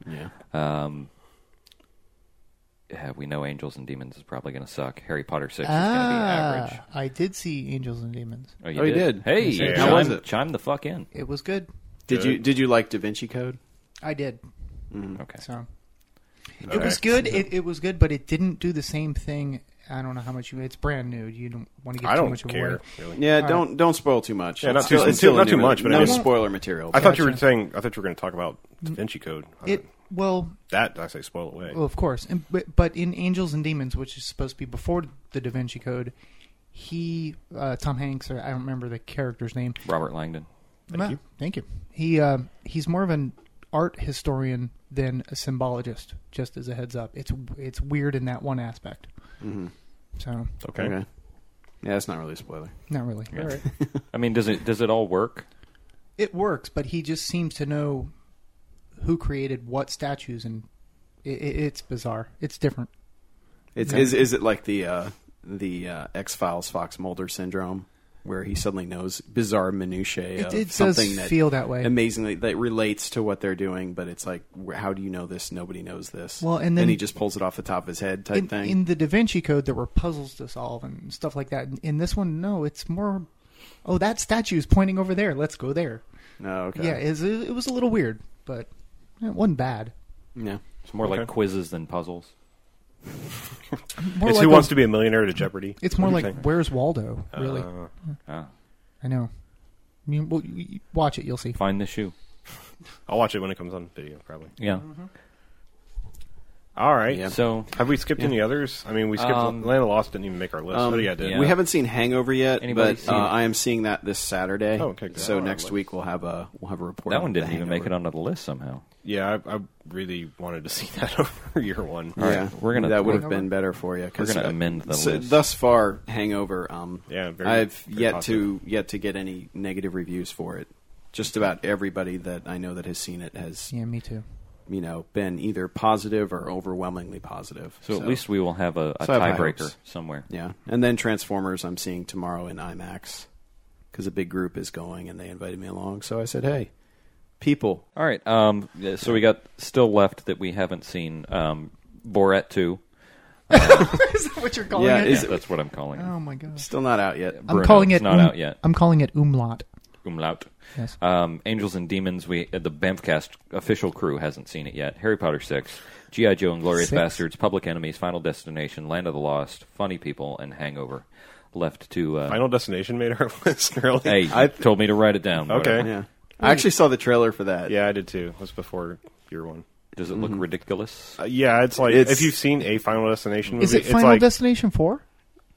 Speaker 1: Um,
Speaker 3: Yeah.
Speaker 1: Yeah, we know Angels and Demons is probably going to suck. Harry Potter Six is going to be average.
Speaker 4: Ah, I did see Angels and Demons.
Speaker 1: Oh, you
Speaker 3: Oh, you did.
Speaker 1: Hey,
Speaker 3: Yes,
Speaker 2: I
Speaker 1: chime,
Speaker 2: did. How
Speaker 3: was it?
Speaker 1: chime the fuck in.
Speaker 4: It was good.
Speaker 3: Did you did you like Da Vinci Code?
Speaker 4: I did.
Speaker 1: Okay.
Speaker 4: So
Speaker 2: Okay.
Speaker 4: it was good. It, it was good, but it didn't do the same thing. I don't know how much you. It's brand new. You don't want to get
Speaker 2: I
Speaker 4: too
Speaker 2: don't
Speaker 4: much
Speaker 2: care.
Speaker 4: of
Speaker 2: Really.
Speaker 3: Yeah, don't don't spoil too much.
Speaker 2: Yeah, not
Speaker 3: It's
Speaker 2: too-
Speaker 3: still- it's
Speaker 2: too-
Speaker 3: still a
Speaker 2: not too
Speaker 3: new-
Speaker 2: much, but I
Speaker 3: no
Speaker 2: mean-
Speaker 3: spoiler material.
Speaker 2: I thought you were
Speaker 4: Gotcha.
Speaker 2: saying. I thought you were going to talk about Da Vinci Code. I
Speaker 4: it.
Speaker 2: thought-
Speaker 4: Well,
Speaker 2: that I say spoil away.
Speaker 4: Well, of course, and, but, but in Angels and Demons, which is supposed to be before the Da Vinci Code, he, uh, Tom Hanks, or I don't remember the character's name.
Speaker 1: Robert Langdon.
Speaker 4: Thank you. Thank you. He uh, he's more of an art historian than a symbologist. Just as a heads up, it's it's weird in that one aspect. So
Speaker 2: Okay.
Speaker 3: Okay. Yeah, that's not really a spoiler.
Speaker 4: not really.
Speaker 1: I mean, does it does it all work?
Speaker 4: It works, but he just seems to know who created what statues, and it, it, it's bizarre. It's different.
Speaker 3: It's is is it like the uh, the uh, X Files Fox Mulder syndrome, where he suddenly knows bizarre minutiae
Speaker 4: It-
Speaker 3: of
Speaker 4: it does
Speaker 3: something that
Speaker 4: feel that way.
Speaker 3: amazingly that relates to what they're doing, but it's like wh- how do you know this? Nobody knows this.
Speaker 4: Well, and then-
Speaker 3: he just pulls it off the top of his head type
Speaker 4: In,
Speaker 3: thing.
Speaker 4: in the Da Vinci Code, there were puzzles to solve and stuff like that. In, in this one, no, it's more. Oh, that statue's pointing over there. Let's go there.
Speaker 3: oh, okay.
Speaker 4: Yeah, it's, it, it was a little weird, but it wasn't bad.
Speaker 3: yeah.
Speaker 1: It's more like quizzes than puzzles.
Speaker 4: More
Speaker 2: It's
Speaker 4: like
Speaker 2: who
Speaker 4: a-
Speaker 2: wants to be a millionaire to Jeopardy.
Speaker 4: It's more
Speaker 2: What
Speaker 4: like
Speaker 2: do you think? Uh.
Speaker 4: Where's Waldo? Really,
Speaker 1: Ah,
Speaker 4: I know. I mean, well, you, you watch it, you'll see.
Speaker 1: find the shoe.
Speaker 2: I'll watch it when it comes on video, probably.
Speaker 1: Yeah.
Speaker 2: All right.
Speaker 3: Yeah.
Speaker 1: So
Speaker 2: Have we skipped any others? I mean, we skipped
Speaker 1: Um,
Speaker 2: Land of Lost. Didn't even make our list.
Speaker 3: Um,
Speaker 2: oh yeah, it did.
Speaker 1: yeah.
Speaker 3: We haven't seen Hangover yet,
Speaker 1: Anybody
Speaker 3: but
Speaker 1: seen
Speaker 3: uh,
Speaker 1: it?
Speaker 3: I am seeing that this Saturday.
Speaker 2: Oh, okay, good.
Speaker 3: So
Speaker 2: Oh, I
Speaker 3: next
Speaker 2: like-
Speaker 3: week we'll have a we'll have a report.
Speaker 1: that
Speaker 3: on
Speaker 1: one didn't
Speaker 3: The
Speaker 1: even make it
Speaker 3: Hangover.
Speaker 1: onto the list somehow.
Speaker 2: Yeah, I, I really wanted to see that over year one.
Speaker 1: All right,
Speaker 3: yeah,
Speaker 1: we're gonna-
Speaker 3: That would have
Speaker 1: we're-
Speaker 3: been better for you.
Speaker 1: We're gonna amend the list.
Speaker 3: Thus far, Hangover. Um,
Speaker 2: Yeah, very-
Speaker 3: I've
Speaker 2: very
Speaker 3: yet
Speaker 2: positive.
Speaker 3: to yet to get any negative reviews for it. Just about everybody that I know that has seen it has,
Speaker 4: Yeah, me too.
Speaker 3: you know, been either positive or overwhelmingly positive.
Speaker 1: So, at least we will have a, a
Speaker 3: So I have high
Speaker 1: tiebreaker
Speaker 3: hopes.
Speaker 1: somewhere.
Speaker 3: yeah. And then Transformers, I'm seeing tomorrow in IMAX because a big group is going, and they invited me along. So I said, "Hey, people,
Speaker 1: All right. Um, yeah, so we got still left that we haven't seen um, Borat two.
Speaker 4: is that what you're calling
Speaker 3: Yeah,
Speaker 4: it?
Speaker 3: is-
Speaker 1: Yeah, that's what I'm calling. it.
Speaker 4: oh my god!
Speaker 3: still not out yet."
Speaker 4: I'm
Speaker 1: Bruno,
Speaker 4: calling
Speaker 1: it's
Speaker 4: it
Speaker 1: not
Speaker 4: um-
Speaker 1: out yet.
Speaker 4: I'm calling it umlaut.
Speaker 1: Umlaut.
Speaker 4: Yes.
Speaker 1: Um, Angels and Demons. We uh, the Bamfcast official crew hasn't seen it yet. Harry Potter six, GI Joe and Glorious
Speaker 4: Six?
Speaker 1: Bastards, Public Enemies, Final Destination, Land of the Lost, Funny People, and Hangover. Left to uh,
Speaker 2: Final Destination made our list. Really?
Speaker 1: Hey,
Speaker 3: I-
Speaker 1: told me to write it down.
Speaker 2: Okay.
Speaker 1: whatever.
Speaker 3: Yeah, I actually saw the trailer for that.
Speaker 2: Yeah, I did too. It was before year one.
Speaker 1: Does it look ridiculous?
Speaker 2: Uh, yeah, it's like
Speaker 3: It's-
Speaker 2: if you've seen a Final Destination movie,
Speaker 4: Is it
Speaker 2: it's
Speaker 4: Final
Speaker 2: like
Speaker 4: Destination Four?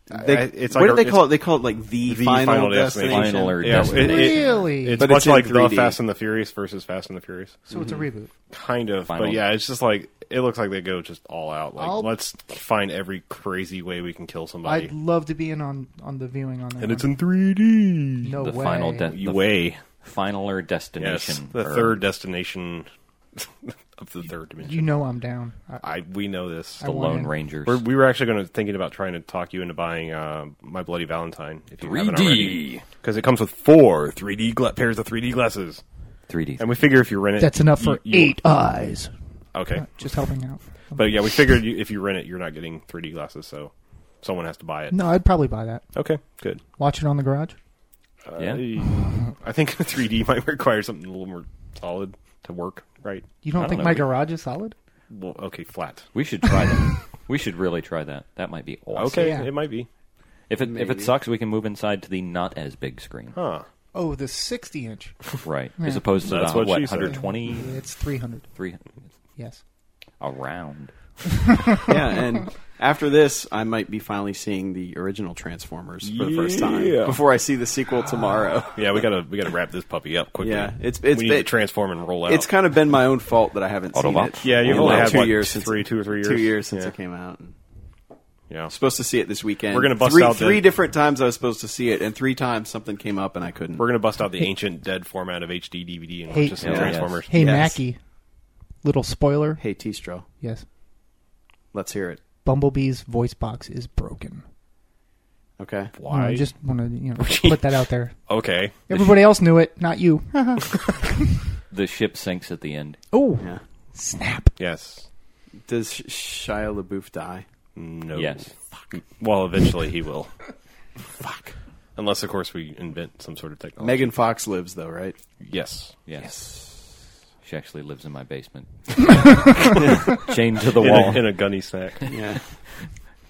Speaker 3: They,
Speaker 2: I- it's
Speaker 3: what
Speaker 2: like a-
Speaker 3: do they call
Speaker 2: it's-
Speaker 3: it? They call it like the,
Speaker 2: The
Speaker 3: final,
Speaker 2: Final
Speaker 3: destination.
Speaker 2: Destination.
Speaker 1: Final or
Speaker 2: yeah, it-
Speaker 1: Destination.
Speaker 2: it-
Speaker 4: Really?
Speaker 2: It's
Speaker 3: But
Speaker 2: much
Speaker 3: it's in
Speaker 2: like the
Speaker 3: 3D.
Speaker 2: Fast and the Furious versus Fast and the Furious,
Speaker 4: So it's a
Speaker 2: Mm-hmm.
Speaker 4: reboot.
Speaker 2: kind of.
Speaker 1: Final-
Speaker 2: But yeah, it's just like it looks like they go just all out. Like
Speaker 4: I'll-
Speaker 2: let's find every crazy way we can kill somebody,
Speaker 4: I'd love to be in on on the viewing on that.
Speaker 2: and
Speaker 4: one.
Speaker 2: it's in 3D.
Speaker 4: no
Speaker 1: the
Speaker 4: way.
Speaker 1: final de- the
Speaker 2: way.
Speaker 1: finaler
Speaker 2: Yes,
Speaker 1: destination.
Speaker 2: the
Speaker 1: or-
Speaker 2: third destination of the third dimension.
Speaker 4: you know I'm down. I,
Speaker 2: I we know this.
Speaker 1: the
Speaker 4: I want
Speaker 1: Lone
Speaker 4: in.
Speaker 1: Rangers.
Speaker 2: We're, we were actually going to thinking about trying to talk you into buying uh, My Bloody Valentine if you 3D.
Speaker 1: 3D.
Speaker 2: because it comes with four 3D gla- pairs of 3D glasses,
Speaker 1: 3D.
Speaker 2: and we figure if you rent it,
Speaker 4: that's enough for
Speaker 2: you- you-
Speaker 4: eight eyes.
Speaker 2: Okay,
Speaker 4: Just helping out.
Speaker 2: but yeah, we figured you, if you rent it, you're not getting 3D glasses, so someone has to buy it.
Speaker 4: No, I'd probably buy that.
Speaker 2: Okay, good.
Speaker 4: Watch it on the garage.
Speaker 1: yeah.
Speaker 2: Uh, I think 3D might require something a little more solid to work, right?
Speaker 4: You don't,
Speaker 1: I don't
Speaker 4: think
Speaker 1: know.
Speaker 4: my garage is solid?
Speaker 2: Well, okay, flat.
Speaker 1: We should try that. we should really try that. That might be awesome.
Speaker 2: Okay,
Speaker 4: Yeah.
Speaker 2: it might be.
Speaker 1: If it if it sucks, we can move inside to the not as big screen.
Speaker 2: Huh.
Speaker 4: Oh, the 60 inch.
Speaker 1: Right. As opposed to
Speaker 2: That's
Speaker 1: the,
Speaker 2: what
Speaker 1: what,
Speaker 2: she said.
Speaker 1: 120
Speaker 4: It's 300.
Speaker 1: 300
Speaker 4: Yes.
Speaker 1: around.
Speaker 3: yeah, and after this, I might be finally seeing the original Transformers for the first time
Speaker 2: Yeah.
Speaker 3: before I see the sequel tomorrow.
Speaker 2: Yeah, we gotta we gotta wrap this puppy up quickly.
Speaker 3: Yeah, it's- it's-
Speaker 2: we need to
Speaker 3: it-
Speaker 2: transform and roll out.
Speaker 3: It's kind of been my own fault that I haven't seen
Speaker 1: Autobot?
Speaker 3: it.
Speaker 2: Yeah, you've
Speaker 3: in
Speaker 2: only
Speaker 3: like
Speaker 2: had,
Speaker 3: two
Speaker 2: what,
Speaker 3: years,
Speaker 2: two-
Speaker 3: since,
Speaker 2: three- two or three years?
Speaker 3: two years since
Speaker 2: Yeah.
Speaker 3: it came out. And I'm
Speaker 2: yeah.
Speaker 3: supposed to see it this weekend.
Speaker 2: We're gonna bust
Speaker 3: three,
Speaker 2: out the-
Speaker 3: three different times. I was supposed to see it, and three times something came up and I couldn't.
Speaker 2: We're gonna bust out the ancient dead format of HD DVD and
Speaker 4: Hey-
Speaker 2: watch Oh, just some
Speaker 1: Yeah.
Speaker 2: Transformers.
Speaker 4: Hey,
Speaker 3: Yes.
Speaker 4: Mackie. Little spoiler.
Speaker 3: hey, Tistro,
Speaker 4: Yes.
Speaker 3: let's hear it.
Speaker 4: Bumblebee's voice box is broken.
Speaker 3: Okay.
Speaker 4: You know, I
Speaker 2: Why?
Speaker 4: just want to you know, put that out there.
Speaker 2: Okay.
Speaker 4: Everybody else knew it, not you.
Speaker 1: The ship sinks at the end.
Speaker 4: oh,
Speaker 3: Yeah.
Speaker 4: snap.
Speaker 2: Yes.
Speaker 3: Does Sh- Shia LaBeouf die?
Speaker 2: No.
Speaker 1: Yes.
Speaker 2: Well, eventually he will. Fuck. Unless, of course, we invent some sort of
Speaker 1: Oh.
Speaker 2: technology.
Speaker 3: Megan Fox lives though, right?
Speaker 2: Yes.
Speaker 1: Yes. She actually lives in my basement. Chained to the
Speaker 2: In
Speaker 1: wall,
Speaker 2: a, in a gunny snack.
Speaker 3: Yeah.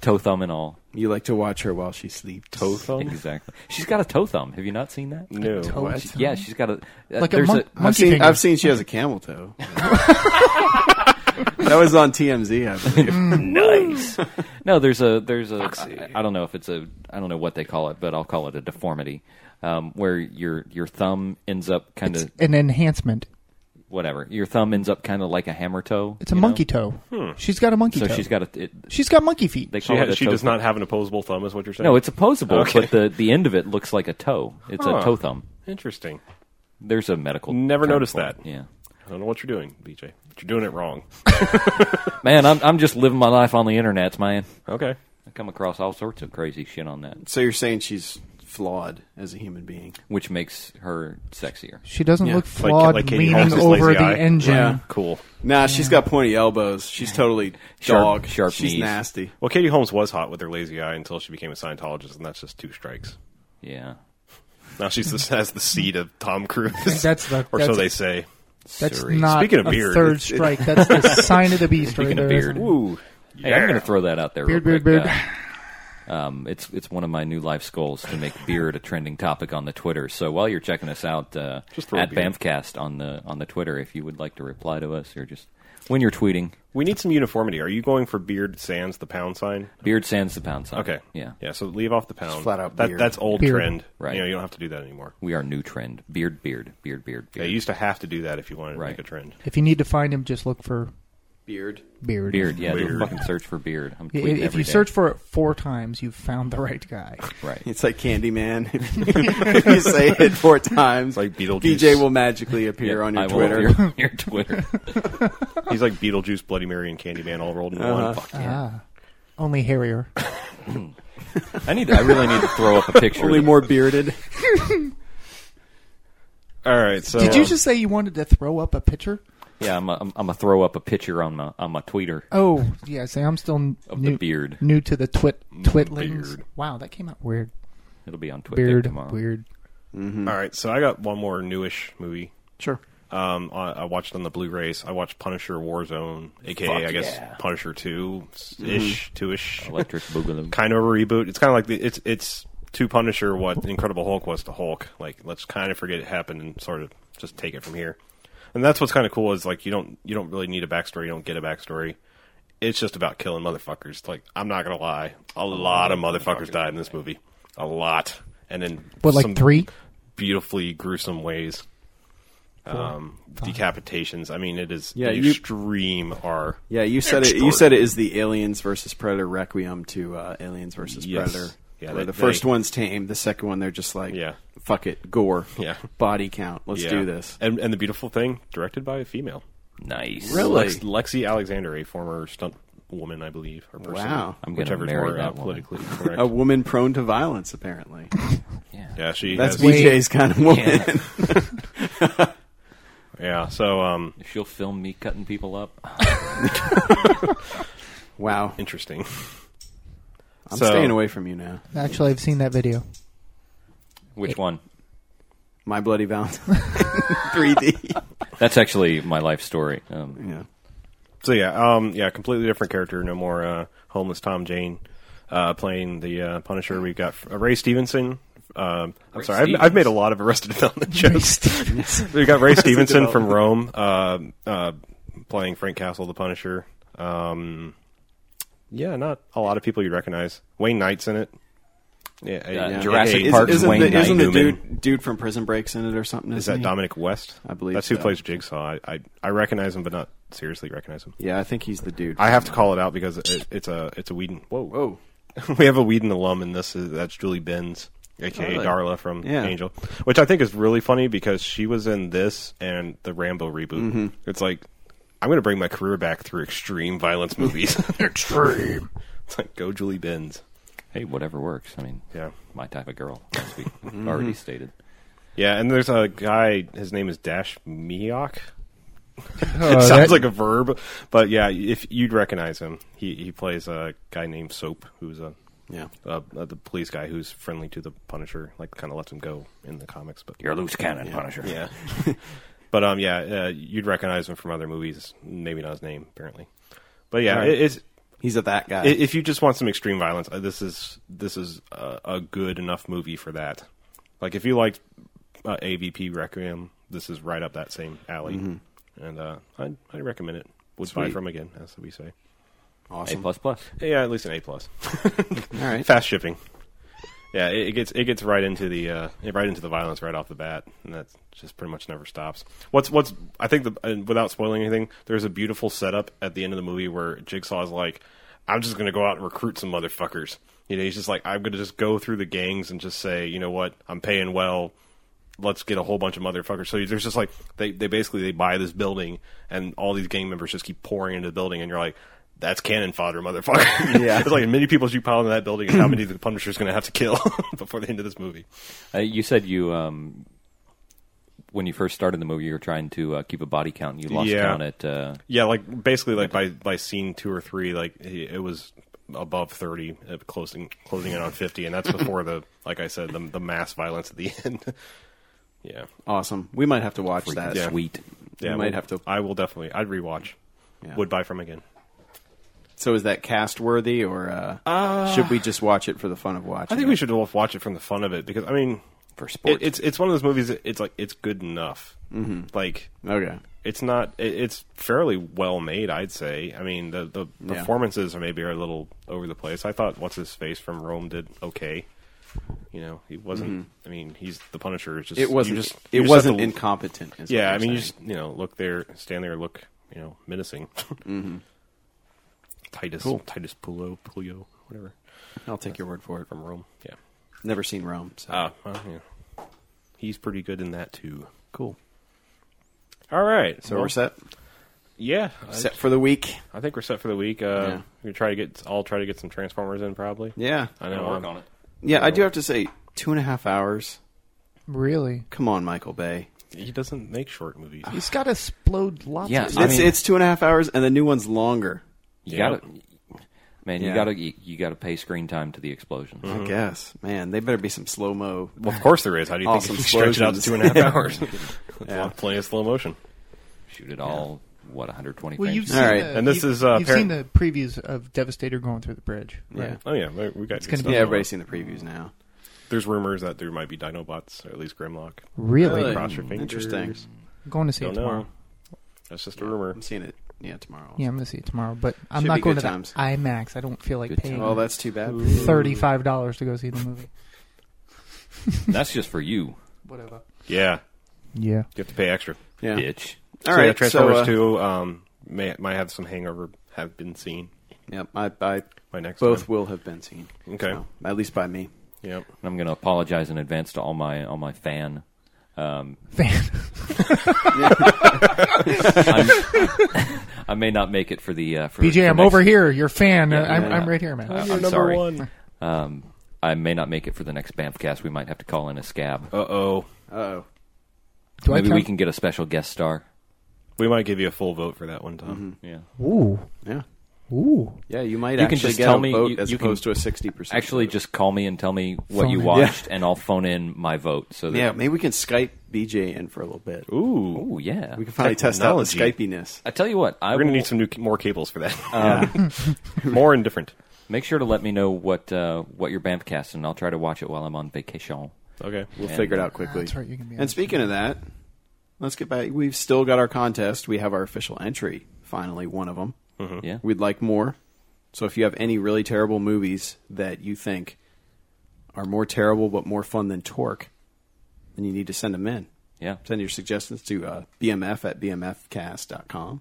Speaker 1: toe thumb and all.
Speaker 3: you like to watch her while she sleeps.
Speaker 2: Toe thumb?
Speaker 1: Exactly. She's got a toe thumb. Have you not seen that?
Speaker 2: No.
Speaker 4: Oh,
Speaker 3: What?
Speaker 1: Yeah, she's got a. uh,
Speaker 4: Like a
Speaker 1: there's
Speaker 4: monk-
Speaker 3: I've
Speaker 4: Monkey
Speaker 3: seen,
Speaker 4: finger.
Speaker 3: I've seen she has a camel toe. that was on TMZ, I believe.
Speaker 1: nice. No, there's a there's a I, I don't know if it's a I don't know what they call it, but I'll call it a deformity, um, where your your thumb ends up kind of
Speaker 4: An enhancement.
Speaker 1: whatever. Your thumb ends up kind of like a hammer toe.
Speaker 4: It's a
Speaker 1: you know?
Speaker 4: monkey toe. She's got a monkey
Speaker 1: So
Speaker 4: toe.
Speaker 1: she's got a. It,
Speaker 4: she's got monkey feet.
Speaker 1: they
Speaker 2: She,
Speaker 1: call it
Speaker 2: ha-
Speaker 1: a
Speaker 2: she
Speaker 1: Oh, toe
Speaker 2: does
Speaker 1: thumb.
Speaker 2: not have an opposable thumb, is what you're saying?
Speaker 1: No, it's opposable,
Speaker 2: Okay.
Speaker 1: but the the end of it looks like a toe. It's
Speaker 2: Huh.
Speaker 1: a toe thumb.
Speaker 2: interesting.
Speaker 1: There's a medical.
Speaker 2: Never
Speaker 1: term
Speaker 2: noticed
Speaker 1: for it.
Speaker 2: that.
Speaker 1: Yeah.
Speaker 2: I don't know what you're doing, BJ. But you're doing it wrong.
Speaker 1: Man, I'm I'm just living my life on the internet, man.
Speaker 2: Okay.
Speaker 1: I come across all sorts of crazy shit on that,
Speaker 3: So you're saying she's flawed as a human being?
Speaker 1: which makes her sexier.
Speaker 4: She doesn't
Speaker 3: Yeah,
Speaker 4: look
Speaker 3: like-
Speaker 4: flawed
Speaker 2: like Katie
Speaker 4: leaning
Speaker 2: Holmes'
Speaker 4: over
Speaker 2: lazy
Speaker 4: the
Speaker 2: eye.
Speaker 4: engine.
Speaker 3: Yeah.
Speaker 2: Cool.
Speaker 3: Nah, she's got pointy elbows. She's totally
Speaker 1: Sharp-
Speaker 3: dog.
Speaker 1: sharp
Speaker 3: she's
Speaker 1: knees.
Speaker 3: nasty.
Speaker 2: Well, Katie Holmes was hot with her lazy eye until she became a Scientologist, and that's just two strikes.
Speaker 1: Yeah.
Speaker 2: Now she's the, has the seed of Tom Cruise.
Speaker 4: That's the-
Speaker 2: or so
Speaker 4: that's-
Speaker 2: they say.
Speaker 4: That's
Speaker 1: Sorry.
Speaker 4: not
Speaker 2: Speaking of
Speaker 4: a
Speaker 2: beard,
Speaker 4: third
Speaker 2: it's-
Speaker 4: strike. That's the sign of the beast
Speaker 1: Speaking
Speaker 4: right
Speaker 1: of
Speaker 4: there,
Speaker 1: beard.
Speaker 4: isn't it?
Speaker 2: Ooh,
Speaker 1: Hey, I'm going to throw that out there.
Speaker 4: Beard,
Speaker 1: real
Speaker 4: beard,
Speaker 1: quick.
Speaker 4: beard.
Speaker 1: Uh, um, it's it's one of my new life goals to make beard a trending topic on the Twitter. So while you're checking us out uh,
Speaker 2: Just throw a
Speaker 1: at
Speaker 2: beard.
Speaker 1: Bamfcast on the on the Twitter, if you would like to reply to us or just when you're tweeting,
Speaker 2: we need some uniformity. Are you going for beard sans the pound sign?
Speaker 1: beard sans the pound sign.
Speaker 2: Okay,
Speaker 1: yeah,
Speaker 2: yeah. So leave off the pound.
Speaker 3: flat out
Speaker 2: That,
Speaker 3: beard.
Speaker 2: that's old
Speaker 4: Beard.
Speaker 2: trend.
Speaker 1: Right.
Speaker 2: You know, you don't have to do that anymore.
Speaker 1: we are new trend. Beard, beard, beard, beard,
Speaker 2: Yeah,
Speaker 1: beard.
Speaker 2: you used to have to do that if you wanted to
Speaker 1: Right.
Speaker 2: make a trend.
Speaker 4: If you need to find him, just look for
Speaker 3: Beard.
Speaker 4: beard.
Speaker 1: beard. Yeah, do a
Speaker 2: Beard.
Speaker 1: fucking search for beard. I'm
Speaker 4: I-
Speaker 1: tweeting
Speaker 4: If
Speaker 1: every
Speaker 4: you
Speaker 1: day.
Speaker 4: search for it four times, you've found the right guy.
Speaker 1: right,
Speaker 3: It's like Candyman. if you say it four times,
Speaker 2: like Beetlejuice.
Speaker 3: BJ will magically appear
Speaker 1: Yeah,
Speaker 3: on your
Speaker 1: I will
Speaker 3: Twitter.
Speaker 1: appear on your Twitter.
Speaker 2: He's like Beetlejuice, Bloody Mary, and Candyman all rolled into one. Fuck.
Speaker 4: Ah, only hairier.
Speaker 1: I need. I really need to throw up a picture.
Speaker 3: Only
Speaker 1: of the-
Speaker 3: more bearded.
Speaker 2: All right. So
Speaker 4: Did you just say you wanted to throw up a picture?
Speaker 1: Yeah, I'm. A, I'm. I'm gonna throw up a picture on my on my Twitter.
Speaker 4: Oh, yeah. Say I'm still n-
Speaker 1: Of the
Speaker 4: new,
Speaker 1: beard.
Speaker 4: new to the twit twitlings.
Speaker 2: Beard.
Speaker 4: Wow, that came out weird.
Speaker 1: It'll be on Twitter
Speaker 4: Beard,
Speaker 1: tomorrow.
Speaker 4: weird.
Speaker 2: All right. So I got one more newish movie.
Speaker 3: Sure.
Speaker 2: Um, I, I watched on the Blu-rays. I watched Punisher Warzone, aka I guess
Speaker 1: yeah. Mm-hmm.
Speaker 2: Punisher Two ish, two ish,
Speaker 1: Electric Boogaloo.
Speaker 2: kind of a reboot. It's kind of like the, it's it's to Punisher what Incredible Hulk was to Hulk. Like let's kind of forget it happened and sort of just take it from here. And that's what's kind of cool is like you don't you don't really need a backstory. You don't get a backstory. It's just about killing motherfuckers. Like I'm not gonna lie, a lot of motherfuckers died in this movie, a lot, and then
Speaker 4: What, like
Speaker 2: some
Speaker 4: three?
Speaker 2: beautifully gruesome ways. Um, decapitations. I mean, it is
Speaker 3: Yeah,
Speaker 2: the
Speaker 3: you-
Speaker 2: extreme R.
Speaker 3: Yeah, you said it. You said it is the Aliens versus Predator requiem to uh, Aliens versus
Speaker 2: Yes.
Speaker 3: Predator.
Speaker 2: Yeah,
Speaker 3: where
Speaker 2: they-
Speaker 3: the first
Speaker 2: they-
Speaker 3: one's tame, the second one they're just like,
Speaker 2: Yeah.
Speaker 3: fuck it, gore,
Speaker 2: Yeah.
Speaker 3: body count, let's
Speaker 2: Yeah.
Speaker 3: do this.
Speaker 2: And and the beautiful thing, directed by a female.
Speaker 1: Nice.
Speaker 3: Really?
Speaker 2: Lex, Lexi Alexander, a former stunt woman, I believe, or person.
Speaker 3: Wow. Oh,
Speaker 1: I'm gonna
Speaker 2: whichever's
Speaker 1: marry
Speaker 2: more uh,
Speaker 1: that woman.
Speaker 2: politically correct.
Speaker 3: A woman prone to violence, apparently.
Speaker 2: yeah, she
Speaker 3: That's
Speaker 2: has.
Speaker 4: Wait.
Speaker 3: BJ's kind of woman.
Speaker 1: Yeah.
Speaker 2: Yeah, so um,
Speaker 1: If she'll film me cutting people up,
Speaker 3: Wow,
Speaker 2: interesting.
Speaker 3: I'm
Speaker 2: So-
Speaker 3: staying away from you now.
Speaker 4: Actually, I've seen that video.
Speaker 1: which one?
Speaker 3: My Bloody Valentine, 3D.
Speaker 1: That's actually my life story. Um,
Speaker 3: Yeah.
Speaker 2: So yeah, um, yeah, completely different character. No more uh, homeless Tom Jane uh, playing the uh, Punisher. We've got uh, Ray Stevenson. Um, I'm
Speaker 1: Ray
Speaker 2: sorry, I've, I've
Speaker 1: Stevens.
Speaker 2: made a lot of Arrested Development jokes. We've got Ray Stevenson from Rome uh, uh, playing Frank Castle, the Punisher. Um, yeah, not a lot of people you'd recognize. Wayne Knight's in it. Yeah,
Speaker 1: Yeah.
Speaker 2: a-
Speaker 1: Uh, Jurassic
Speaker 2: a-
Speaker 1: Park. Park's
Speaker 3: isn't
Speaker 1: Wayne
Speaker 3: the, isn't
Speaker 1: Knight Mm-hmm.
Speaker 3: the
Speaker 2: Newman.
Speaker 3: dude, dude from Prison Breaks in it or something?
Speaker 2: Is
Speaker 3: isn't
Speaker 2: that
Speaker 3: he?
Speaker 2: Dominic West?
Speaker 3: I believe
Speaker 2: that's who
Speaker 3: so.
Speaker 2: plays Jigsaw. I, I I recognize him, but not seriously recognize him.
Speaker 3: Yeah, I think he's the dude.
Speaker 2: I have to call it out because it, it's a it's a Whedon. Whoa,
Speaker 3: Whoa.
Speaker 2: we have a Whedon alum, and this is that's Julie Benz, aka
Speaker 3: Really?
Speaker 2: Darla from
Speaker 3: Yeah.
Speaker 2: Angel, which I think is really funny because she was in this and the Rambo reboot. It's like I'm going to bring my career back through extreme violence movies. extreme. It's like go Julie Benz.
Speaker 1: hey, whatever works. I mean,
Speaker 2: Yeah. Mm-hmm.
Speaker 1: my type of girl, as we already stated.
Speaker 2: Yeah, and there's a guy. His name is Dash Miok.
Speaker 4: Oh,
Speaker 2: it
Speaker 4: that-
Speaker 2: sounds like a verb, but yeah, if you'd recognize him, he he plays a guy named Soap, who's a
Speaker 3: Yeah.
Speaker 2: uh, uh, the police guy who's friendly to the Punisher, like kind of lets him go in the comics. But
Speaker 1: You're a loose cannon, Punisher.
Speaker 2: yeah, but um, yeah, uh, you'd recognize him from other movies, maybe not his name apparently, but yeah,
Speaker 3: Right.
Speaker 2: it, it's
Speaker 3: He's a that guy.
Speaker 2: i if you just want some extreme violence, uh, this is this is a, a good enough movie for that. Like if you liked uh, AVP Requiem, this is right up that same alley, and uh, I'd, I'd recommend it. Would buy
Speaker 3: Mm-hmm. Sweet.
Speaker 2: from again, as we say.
Speaker 1: A
Speaker 3: awesome.
Speaker 1: plus plus.
Speaker 2: Yeah, at least an A plus.
Speaker 3: All right.
Speaker 2: Fast shipping. Yeah, it, it gets it gets right into the uh, right into the violence right off the bat, and that just pretty much never stops. What's what's I think the and without spoiling anything, there's a beautiful setup at the end of the movie where Jigsaw is like, "I'm just gonna go out and recruit some motherfuckers." You know, he's just like, "I'm gonna just go through the gangs and just say, you know what, I'm paying well." Let's get a whole bunch of motherfuckers. So there's just like they, they basically they buy this building and all these gang members just keep pouring into the building and you're like, that's cannon fodder, motherfucker.
Speaker 3: Yeah.
Speaker 2: it's like as many people as you pile into that building, and how many the Punisher's going to have to kill before the end of this movie.
Speaker 1: Uh, you said you, um, when you first started the movie, you were trying to uh, keep a body count, and you lost
Speaker 2: Yeah.
Speaker 1: count at. Uh,
Speaker 2: Yeah, like basically, like by by scene two or three, like he- it was above thirty, uh, closing closing in on fifty, and that's before the like I said, the the mass violence at the end. yeah,
Speaker 3: Awesome. We might have to watch that.
Speaker 2: yeah.
Speaker 1: Sweet.
Speaker 2: yeah,
Speaker 3: might
Speaker 2: we'll-
Speaker 3: have to-
Speaker 2: I will definitely. I'd rewatch.
Speaker 3: Yeah.
Speaker 2: Would buy from again.
Speaker 3: So is that cast worthy, or uh, should we just watch it for the fun of watching?
Speaker 2: I think we should all watch it from the fun of it because I mean,
Speaker 3: For sport.
Speaker 2: it, it's it's one of those movies. that It's like it's good enough.
Speaker 3: Mm-hmm.
Speaker 2: Like
Speaker 3: Okay.
Speaker 2: it's not it, it's fairly well made i'd say i mean the the
Speaker 3: Yeah.
Speaker 2: performances are maybe are a little over the place i thought what's his face from rome did okay you know he wasn't i mean he's the punisher is just
Speaker 3: Mm-hmm. It wasn't.
Speaker 2: you just,
Speaker 3: it
Speaker 2: you just have
Speaker 3: wasn't
Speaker 2: to-
Speaker 3: incompetent. is what
Speaker 2: yeah i
Speaker 3: you're
Speaker 2: mean you
Speaker 3: saying.
Speaker 2: just you know look there stand there look you know menacing
Speaker 3: Mm-hmm.
Speaker 2: titus titus pullo pullo whatever
Speaker 3: I'll take your word for it.
Speaker 2: from rome yeah
Speaker 3: Never seen Rome. So.
Speaker 2: ah well, yeah. he's pretty good in that too
Speaker 3: cool.
Speaker 2: all right
Speaker 3: So
Speaker 2: well,
Speaker 3: we're set.
Speaker 2: yeah
Speaker 3: Set for the week.
Speaker 2: I think we're set for the week. Uh,
Speaker 3: Yeah.
Speaker 2: We try to get. I'll try to get some Transformers in probably.
Speaker 3: Yeah.
Speaker 2: I know. um,
Speaker 1: work
Speaker 2: I'm-
Speaker 1: on it.
Speaker 3: Yeah. I do have to say, two and a half hours.
Speaker 4: Really?
Speaker 3: Come on, Michael Bay.
Speaker 2: He doesn't make short movies.
Speaker 4: He's got to explode lots.
Speaker 1: Yeah,
Speaker 4: Of
Speaker 1: I
Speaker 3: it's
Speaker 1: mean-
Speaker 3: it's two and a half hours, and the new one's longer.
Speaker 1: You
Speaker 2: Yeah.
Speaker 1: gotta, man. You
Speaker 3: Yeah.
Speaker 1: gotta, you, you gotta pay screen time to the explosions.
Speaker 2: Mm-hmm.
Speaker 3: I guess. Man, they better be some slow mo.
Speaker 2: Well, of course there is. How do you
Speaker 3: Awesome
Speaker 2: think you stretch it out to two and a half hours?
Speaker 3: Yeah.
Speaker 2: Plenty of slow motion.
Speaker 1: Shoot it all. What 120
Speaker 4: well,
Speaker 1: frames?
Speaker 4: you've
Speaker 1: per
Speaker 4: seen
Speaker 3: All right,
Speaker 4: the,
Speaker 2: and this
Speaker 4: you've-
Speaker 2: is, uh,
Speaker 4: you've
Speaker 2: par-
Speaker 4: seen the previews of Devastator going through the bridge.
Speaker 3: Yeah.
Speaker 2: Oh yeah, we we got.
Speaker 4: It's
Speaker 2: good
Speaker 4: gonna
Speaker 2: stuff
Speaker 4: be-
Speaker 2: going
Speaker 3: Yeah.
Speaker 2: on.
Speaker 3: Everybody's seen the previews now.
Speaker 2: There's rumors that there might be Dinobots or at least Grimlock.
Speaker 4: Really?
Speaker 3: Really?
Speaker 2: Cross your fingers.
Speaker 3: Interesting.
Speaker 4: I'm going to Oh, see
Speaker 2: Don't
Speaker 4: it tomorrow.
Speaker 2: know. That's just a rumor.
Speaker 3: I'm seeing it. Yeah, tomorrow.
Speaker 4: Yeah, I'm going to see it tomorrow, but I'm
Speaker 3: Should be
Speaker 4: not going
Speaker 3: good
Speaker 4: to the
Speaker 3: times.
Speaker 4: IMAX. I don't feel like
Speaker 1: Good
Speaker 4: paying
Speaker 3: Well, that's too bad.
Speaker 4: thirty-five dollars to go see the movie.
Speaker 1: That's just for you,
Speaker 4: Whatever.
Speaker 2: Yeah,
Speaker 4: Yeah.
Speaker 2: you have to pay extra.
Speaker 3: Yeah.
Speaker 1: bitch.
Speaker 3: All
Speaker 2: So, yeah,
Speaker 3: right.
Speaker 2: Transformers
Speaker 3: so, uh,
Speaker 2: Two um, may might have some hangover. Have been seen.
Speaker 3: Yep. I, I
Speaker 2: By next
Speaker 3: both
Speaker 2: time.
Speaker 3: will have been seen.
Speaker 2: Okay.
Speaker 3: So, at least by me.
Speaker 2: Yep.
Speaker 1: And I'm gonna apologize in advance to all my all my fan. Um,
Speaker 4: Fan.
Speaker 1: I'm, I may not make it for the uh, for for
Speaker 4: BJ, I'm
Speaker 1: next-
Speaker 4: over here. You're a fan. Uh, I'm,
Speaker 1: yeah.
Speaker 4: I'm right here, man.
Speaker 1: I'm
Speaker 2: You're number
Speaker 1: sorry.
Speaker 2: one.
Speaker 1: Um, I may not make it for the next Bamfcast. We might have to call in a scab.
Speaker 2: Uh oh.
Speaker 3: Uh oh.
Speaker 4: Do I
Speaker 1: Maybe we
Speaker 4: count?
Speaker 1: can get a special guest star.
Speaker 2: We might give you a full vote for that one, Tom.
Speaker 1: Yeah.
Speaker 4: Ooh.
Speaker 3: Yeah.
Speaker 4: Ooh.
Speaker 3: Yeah, you might
Speaker 1: You can
Speaker 3: actually
Speaker 1: just
Speaker 3: get
Speaker 1: tell
Speaker 3: a
Speaker 1: me-
Speaker 3: vote
Speaker 1: you-
Speaker 3: as
Speaker 1: you can
Speaker 3: opposed to a sixty percent.
Speaker 1: Actually, just call me and tell me what
Speaker 4: Phone
Speaker 1: you
Speaker 4: in.
Speaker 1: watched, and I'll phone in my vote. So that,
Speaker 3: yeah, maybe we can Skype BJ in for a little bit.
Speaker 2: Ooh.
Speaker 1: Oh yeah.
Speaker 3: We can finally test out the
Speaker 2: Technology.
Speaker 3: skypiness.
Speaker 1: I tell you what, I
Speaker 2: We're going
Speaker 1: will-
Speaker 2: to need some new more cables for that. Um, more and different.
Speaker 1: Make sure to let me know what uh, what your Bamfcast, and I'll try to watch it while I'm on vacation.
Speaker 2: Okay.
Speaker 3: We'll
Speaker 1: And-
Speaker 3: figure it out quickly.
Speaker 4: That's right, you can be on-
Speaker 3: and speaking of that, let's get back. We've still got our contest. We have our official entry. Finally, one of them.
Speaker 2: Mm-hmm.
Speaker 1: Yeah,
Speaker 3: We'd like more. So if you have any really terrible movies that you think are more terrible but more fun than Torque, then you need to send them in.
Speaker 1: yeah,
Speaker 3: Send your suggestions to uh, bmf at bmfcast.com.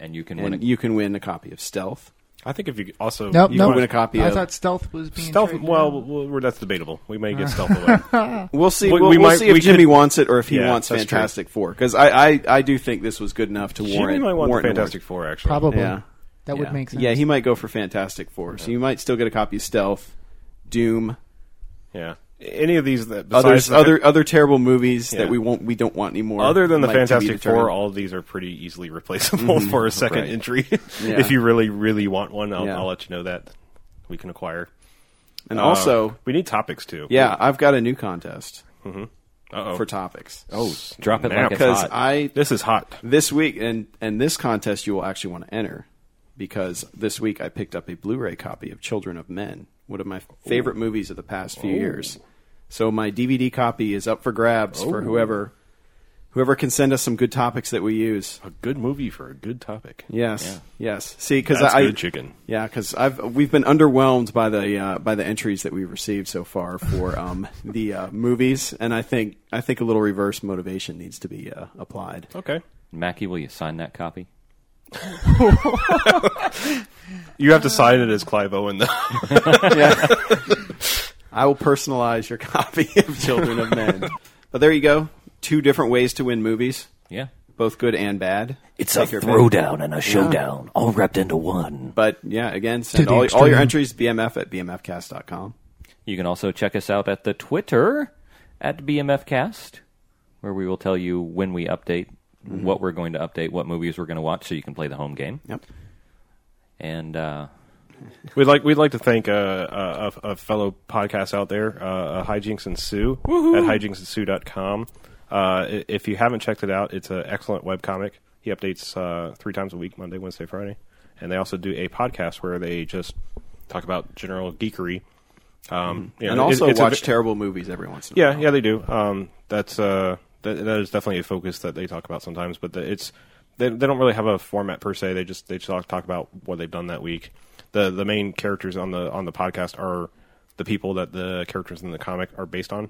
Speaker 1: and you can win.
Speaker 3: And
Speaker 1: it.
Speaker 3: you can win a copy of Stealth.
Speaker 2: I think if you also
Speaker 4: Nope.
Speaker 2: you
Speaker 4: nope.
Speaker 2: might-
Speaker 3: win a copy
Speaker 4: I
Speaker 3: of-
Speaker 4: thought stealth was being
Speaker 2: Stealth.
Speaker 4: traded
Speaker 2: Well,
Speaker 4: down.
Speaker 2: well, we're- that's debatable. We may get stealth away.
Speaker 3: We'll see.
Speaker 2: We-
Speaker 3: we'll
Speaker 2: we
Speaker 3: we'll
Speaker 2: might-
Speaker 3: see if
Speaker 2: we
Speaker 3: Jimmy
Speaker 2: could-
Speaker 3: wants it or if he
Speaker 2: Yeah,
Speaker 3: wants
Speaker 2: that's true.
Speaker 3: Fantastic Four because I, I I do think this was good enough to warrant.
Speaker 2: Jimmy might want the
Speaker 3: warrant an
Speaker 2: Fantastic Four actually.
Speaker 4: probably.
Speaker 3: award. Yeah,
Speaker 4: That
Speaker 3: Yeah.
Speaker 4: would make sense.
Speaker 3: Yeah, he might go for Fantastic Four, so you might still get a copy of Stealth, Doom,
Speaker 2: Yeah. Any of these that besides
Speaker 3: others,
Speaker 2: the-
Speaker 3: other other terrible movies
Speaker 2: Yeah.
Speaker 3: that we won't we don't want anymore.
Speaker 2: other than the
Speaker 3: might to be
Speaker 2: Fantastic Four,
Speaker 3: determined. Mm-hmm.
Speaker 2: all these are pretty easily replaceable for a second
Speaker 1: Right.
Speaker 2: entry.
Speaker 3: Yeah.
Speaker 2: if you really really want one, I'll,
Speaker 3: Yeah.
Speaker 2: I'll let you know that we can acquire.
Speaker 3: and
Speaker 2: Uh,
Speaker 3: also
Speaker 2: we need topics too.
Speaker 3: yeah, I've got a new contest
Speaker 2: Mm-hmm. Uh-oh.
Speaker 3: for topics.
Speaker 1: oh, drop it like
Speaker 2: snap.
Speaker 1: it's
Speaker 3: 'Cause
Speaker 1: hot.
Speaker 3: I
Speaker 2: This is hot.
Speaker 3: this week and and this contest you will actually want to enter because this week I picked up a Blu-ray copy of Children of Men, one of my favorite movies of
Speaker 2: Oh. Oh.
Speaker 3: the past few years. So my DVD copy is up for grabs for whoever Whoever can send us some good topics that we use.
Speaker 2: A good movie for a good topic.
Speaker 3: Yes, yes. See, because
Speaker 2: That's
Speaker 3: I
Speaker 2: good chicken.
Speaker 3: Yeah, because I've we've been underwhelmed by the uh, by the entries that we've received so far for um, the uh, movies, and I think I think a little reverse motivation needs to be uh, applied.
Speaker 2: Okay.
Speaker 1: Mackie, will you sign that copy?
Speaker 2: You have to sign it as Clive Owen, though.
Speaker 3: I will personalize your copy of Children of Men. but there you go, two different ways to win movies,
Speaker 1: Yeah.
Speaker 3: both good and bad.
Speaker 7: It's
Speaker 3: Take
Speaker 7: a
Speaker 3: your pick.
Speaker 7: throwdown and a showdown, all wrapped into one.
Speaker 3: But yeah, again, send
Speaker 4: the
Speaker 3: all, all your
Speaker 4: extreme.
Speaker 3: entries bmf at bmfcast.com.
Speaker 1: You can also check us out at the Twitter at BMFcast, where we will tell you when we update,
Speaker 2: Mm-hmm.
Speaker 1: what we're going to update, what movies we're going to watch, so you can play the home game.
Speaker 3: Yep.
Speaker 1: And uh,
Speaker 2: We'd like we'd like to thank uh, a, a, a fellow podcast out there, uh, Hijinks and Sue at hijinksandSue.com. Uh, i- if you haven't checked it out, it's an excellent webcomic. He updates uh, three times a week, Monday, Wednesday, Friday, and they also do a podcast where they just talk about general geekery. Um, you know,
Speaker 3: Mm-hmm. And
Speaker 2: it-
Speaker 3: also
Speaker 2: it's a
Speaker 3: watch
Speaker 2: ve-
Speaker 3: terrible movies every once in a while.
Speaker 2: yeah, yeah, they do. Um, that's uh, that, that is definitely a focus that they talk about sometimes. But the, it's they, they don't really have a format per se. They just they just talk, talk about what they've done that week. the The main characters on the on the podcast are the people that the characters in the comic are based on.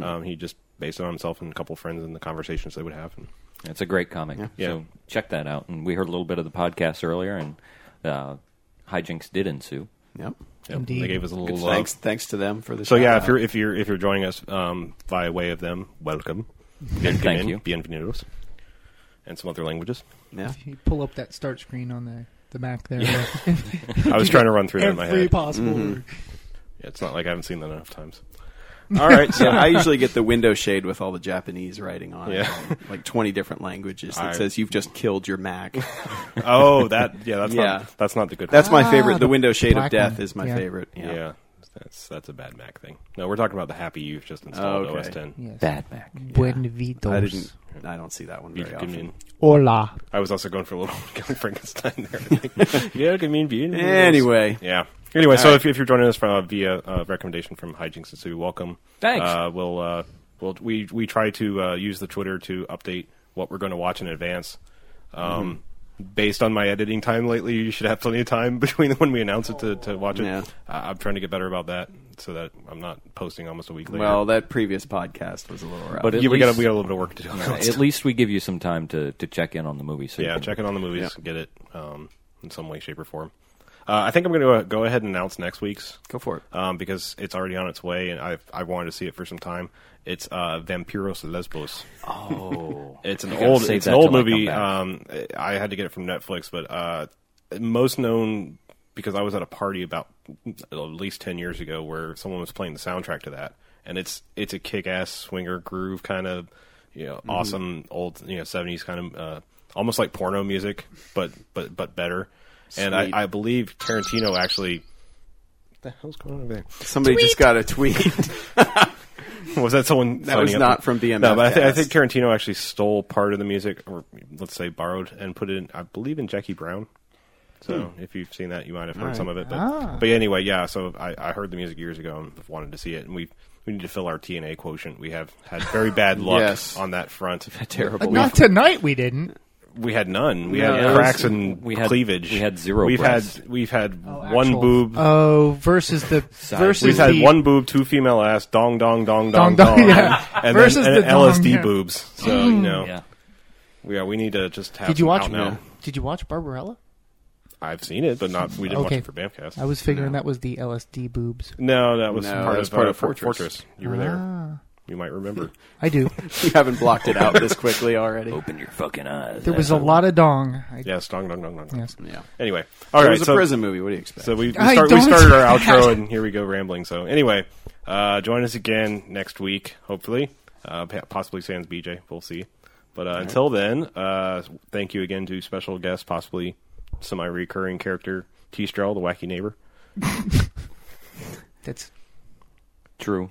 Speaker 2: Um, he just based it on himself and a couple friends and the conversations they would have. And
Speaker 1: it's a great comic.
Speaker 2: Yeah.
Speaker 1: So check that out. And we heard a little bit of the podcast earlier, and uh, hijinks did ensue.
Speaker 3: Yep.
Speaker 2: yeah,
Speaker 4: Indeed.
Speaker 2: they gave us a little love.
Speaker 3: Thanks, thanks to them for the
Speaker 2: So yeah,
Speaker 3: shout-out.
Speaker 2: if you're if you're if you're joining us um, by way of them, welcome.
Speaker 1: Thank
Speaker 2: Bienvenido-
Speaker 1: you.
Speaker 2: bienvenidos, and some other languages.
Speaker 3: yeah.
Speaker 4: If you pull up that start screen on the, the Mac there,
Speaker 2: I was trying to run through that in my
Speaker 4: every
Speaker 2: head.
Speaker 4: possible.
Speaker 2: Yeah, it's not like I haven't seen that enough times. All right, so
Speaker 3: Yeah, I usually get the window shade with all the Japanese writing on
Speaker 2: Yeah.
Speaker 3: it, like twenty different languages that
Speaker 2: I-
Speaker 3: says "You've just killed your Mac."
Speaker 2: oh, that yeah, that's
Speaker 3: Yeah.
Speaker 2: not that's not the good.
Speaker 3: That's my
Speaker 4: Ah,
Speaker 3: favorite. The
Speaker 4: the
Speaker 3: window shade of
Speaker 4: black
Speaker 3: death
Speaker 4: one.
Speaker 3: is my
Speaker 4: Yeah.
Speaker 3: favorite.
Speaker 2: one. yeah. that's that's a bad Mac thing. No, we're talking about the happy you've just installed
Speaker 3: Oh,
Speaker 2: OS
Speaker 3: Okay.
Speaker 2: 10.
Speaker 4: Yes.
Speaker 1: Bad Mac.
Speaker 4: Buen Vitos.
Speaker 3: I didn't. I don't see that one
Speaker 2: You
Speaker 3: very
Speaker 2: can
Speaker 3: often.
Speaker 2: mean-
Speaker 4: Hola.
Speaker 2: I was also going for a little Frankenstein there. yeah, can mean beauty.
Speaker 3: Anyway.
Speaker 2: yeah. Anyway, so
Speaker 3: right.
Speaker 2: if, if you're joining us from uh, via uh, recommendation from Hijinks and Sue, welcome.
Speaker 1: Thanks.
Speaker 2: Uh, we'll, uh, we'll we we try to uh, use the Twitter to update what we're going to watch in advance. Um, Based on my editing time lately, you should have plenty of time between when we announce it to, to watch it.
Speaker 3: Yeah.
Speaker 2: I I'm trying to get better about that so that I'm not posting almost a week later.
Speaker 3: Well, that previous podcast was a little rough.
Speaker 1: But it-
Speaker 2: yeah, we got
Speaker 1: least-
Speaker 2: we got a little bit of work to do. on that.
Speaker 1: At least we give you some time to, to check in on the movie. So you
Speaker 2: yeah,
Speaker 1: can-
Speaker 2: check it on the movies, get it um, in some way, shape, or form. Uh, I think I'm going to go ahead and announce next week's
Speaker 3: Go for it.
Speaker 2: um, because it's already on its way, and I've I wanted to see it for some time. It's uh, Vampiros Lesbos.
Speaker 1: Oh.
Speaker 2: It's an
Speaker 1: gotta
Speaker 2: old
Speaker 1: save
Speaker 2: it's
Speaker 1: that
Speaker 2: an old
Speaker 1: till I come
Speaker 2: movie.
Speaker 1: back.
Speaker 2: Um, I had to get it from Netflix, but uh, most known because I was at a party about at least ten years ago where someone was playing the soundtrack to that, and it's it's a kick ass swinger groove kind of you know awesome old you know seventies kind of uh, almost like porno music, but but but better. And I,
Speaker 3: Sweet.
Speaker 2: I believe Tarantino actually. The hell's going on over there?
Speaker 3: Somebody just got a tweet.
Speaker 2: Was that someone?
Speaker 3: That was
Speaker 2: signing
Speaker 3: not
Speaker 2: up?
Speaker 3: from BMF
Speaker 2: No, but I, th- I think
Speaker 3: cast.
Speaker 2: Tarantino actually stole part of the music, or let's say borrowed, and put it in. I believe in Jackie Brown. So
Speaker 3: Hmm.
Speaker 2: if you've seen that, you might have heard some of it. But,
Speaker 3: Ah.
Speaker 2: but anyway, yeah. So I, I heard the music years ago and wanted to see it, and we we need to fill our TNA quotient. We have had very bad luck
Speaker 3: Yes.
Speaker 2: on that front.
Speaker 3: Terrible.
Speaker 4: Not tonight, we didn't.
Speaker 2: We had none. We
Speaker 3: No,
Speaker 2: had
Speaker 3: it was-
Speaker 2: cracks and
Speaker 1: we had-
Speaker 2: cleavage.
Speaker 1: we had zero
Speaker 2: We've
Speaker 1: breasts.
Speaker 2: had we've had
Speaker 4: Oh,
Speaker 2: one
Speaker 4: actual-
Speaker 2: boob.
Speaker 4: Oh, versus the versus
Speaker 2: We've had
Speaker 4: the,
Speaker 2: one boob, two female ass, dong dong dong dong
Speaker 4: Dong,
Speaker 2: dong,
Speaker 4: dong, yeah.
Speaker 2: and
Speaker 4: Versus
Speaker 2: then and
Speaker 4: the
Speaker 2: LSD
Speaker 4: dong, yeah. Mm.
Speaker 2: boobs. So you know,
Speaker 1: Yeah.
Speaker 2: yeah, we need to just have.
Speaker 4: Did you
Speaker 2: them
Speaker 4: watch?
Speaker 2: out now?
Speaker 4: Did you watch Barbarella?
Speaker 2: I've seen it, but not we didn't
Speaker 4: Okay.
Speaker 2: watch it for Bamcast.
Speaker 4: I was figuring that was the LSD boobs.
Speaker 2: no, that was
Speaker 3: No,
Speaker 2: part
Speaker 3: that
Speaker 2: of
Speaker 3: was part
Speaker 2: uh,
Speaker 3: of
Speaker 2: For-
Speaker 3: Fortress.
Speaker 2: You were there.
Speaker 4: Ah.
Speaker 2: You might remember.
Speaker 4: I do.
Speaker 3: you haven't blocked it out this quickly already.
Speaker 7: Open your fucking eyes.
Speaker 4: There was a lot of dong. I,
Speaker 2: Yes, dong dong dong dong. dong.
Speaker 4: Yes.
Speaker 3: Yeah.
Speaker 2: Anyway, all
Speaker 3: It
Speaker 2: right.
Speaker 3: was a
Speaker 2: so,
Speaker 3: prison movie. What do you expect?
Speaker 2: So we, we,
Speaker 4: I
Speaker 2: start, we
Speaker 4: don't
Speaker 2: started our
Speaker 4: expect
Speaker 2: outro, and here we go rambling. So anyway, uh, join us again next week, hopefully, uh, pa- possibly Sans BJ. We'll see. But uh, until then, uh, thank you again to special guest, possibly semi-recurring character T. Strel, the wacky neighbor.
Speaker 4: That's
Speaker 1: True.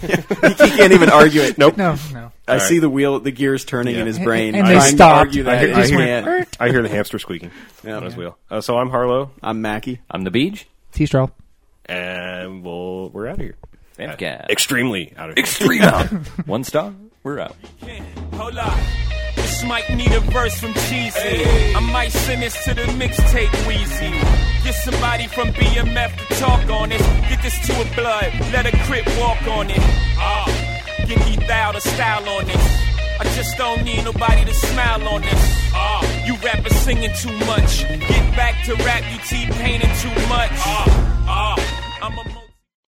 Speaker 3: he can't even argue it. Nope.
Speaker 4: no, no.
Speaker 3: I
Speaker 2: All
Speaker 3: see
Speaker 2: right.
Speaker 3: the wheel, the gears turning
Speaker 2: Yeah.
Speaker 3: in his brain.
Speaker 4: And they
Speaker 3: trying to
Speaker 4: stopped.
Speaker 3: argue
Speaker 2: I
Speaker 3: that.
Speaker 2: hear,
Speaker 3: in
Speaker 2: I
Speaker 3: his
Speaker 2: hear-
Speaker 3: hand.
Speaker 2: I hear the hamster squeaking
Speaker 3: Yeah.
Speaker 2: on his wheel. Uh, so I'm Harlow,
Speaker 3: I'm Mackie.
Speaker 1: I'm the Beach.
Speaker 4: T straw.
Speaker 2: and we'll we're out of here.
Speaker 1: Bamcast.
Speaker 2: Extremely out of here.
Speaker 7: Extreme out.
Speaker 1: One star. We're out.
Speaker 5: Can't Hold up. This might need a verse from Cheesy. I might send this to the mixtape Wheezy. Get somebody from BMF to talk on it. Get this to a blood, let a crip walk on it. Ah, get Ethal to style on this. I just don't need nobody to smile on this. Ah, you rappers singing too much. Get back to rap, you T-painting too much. Ah, ah, I'm a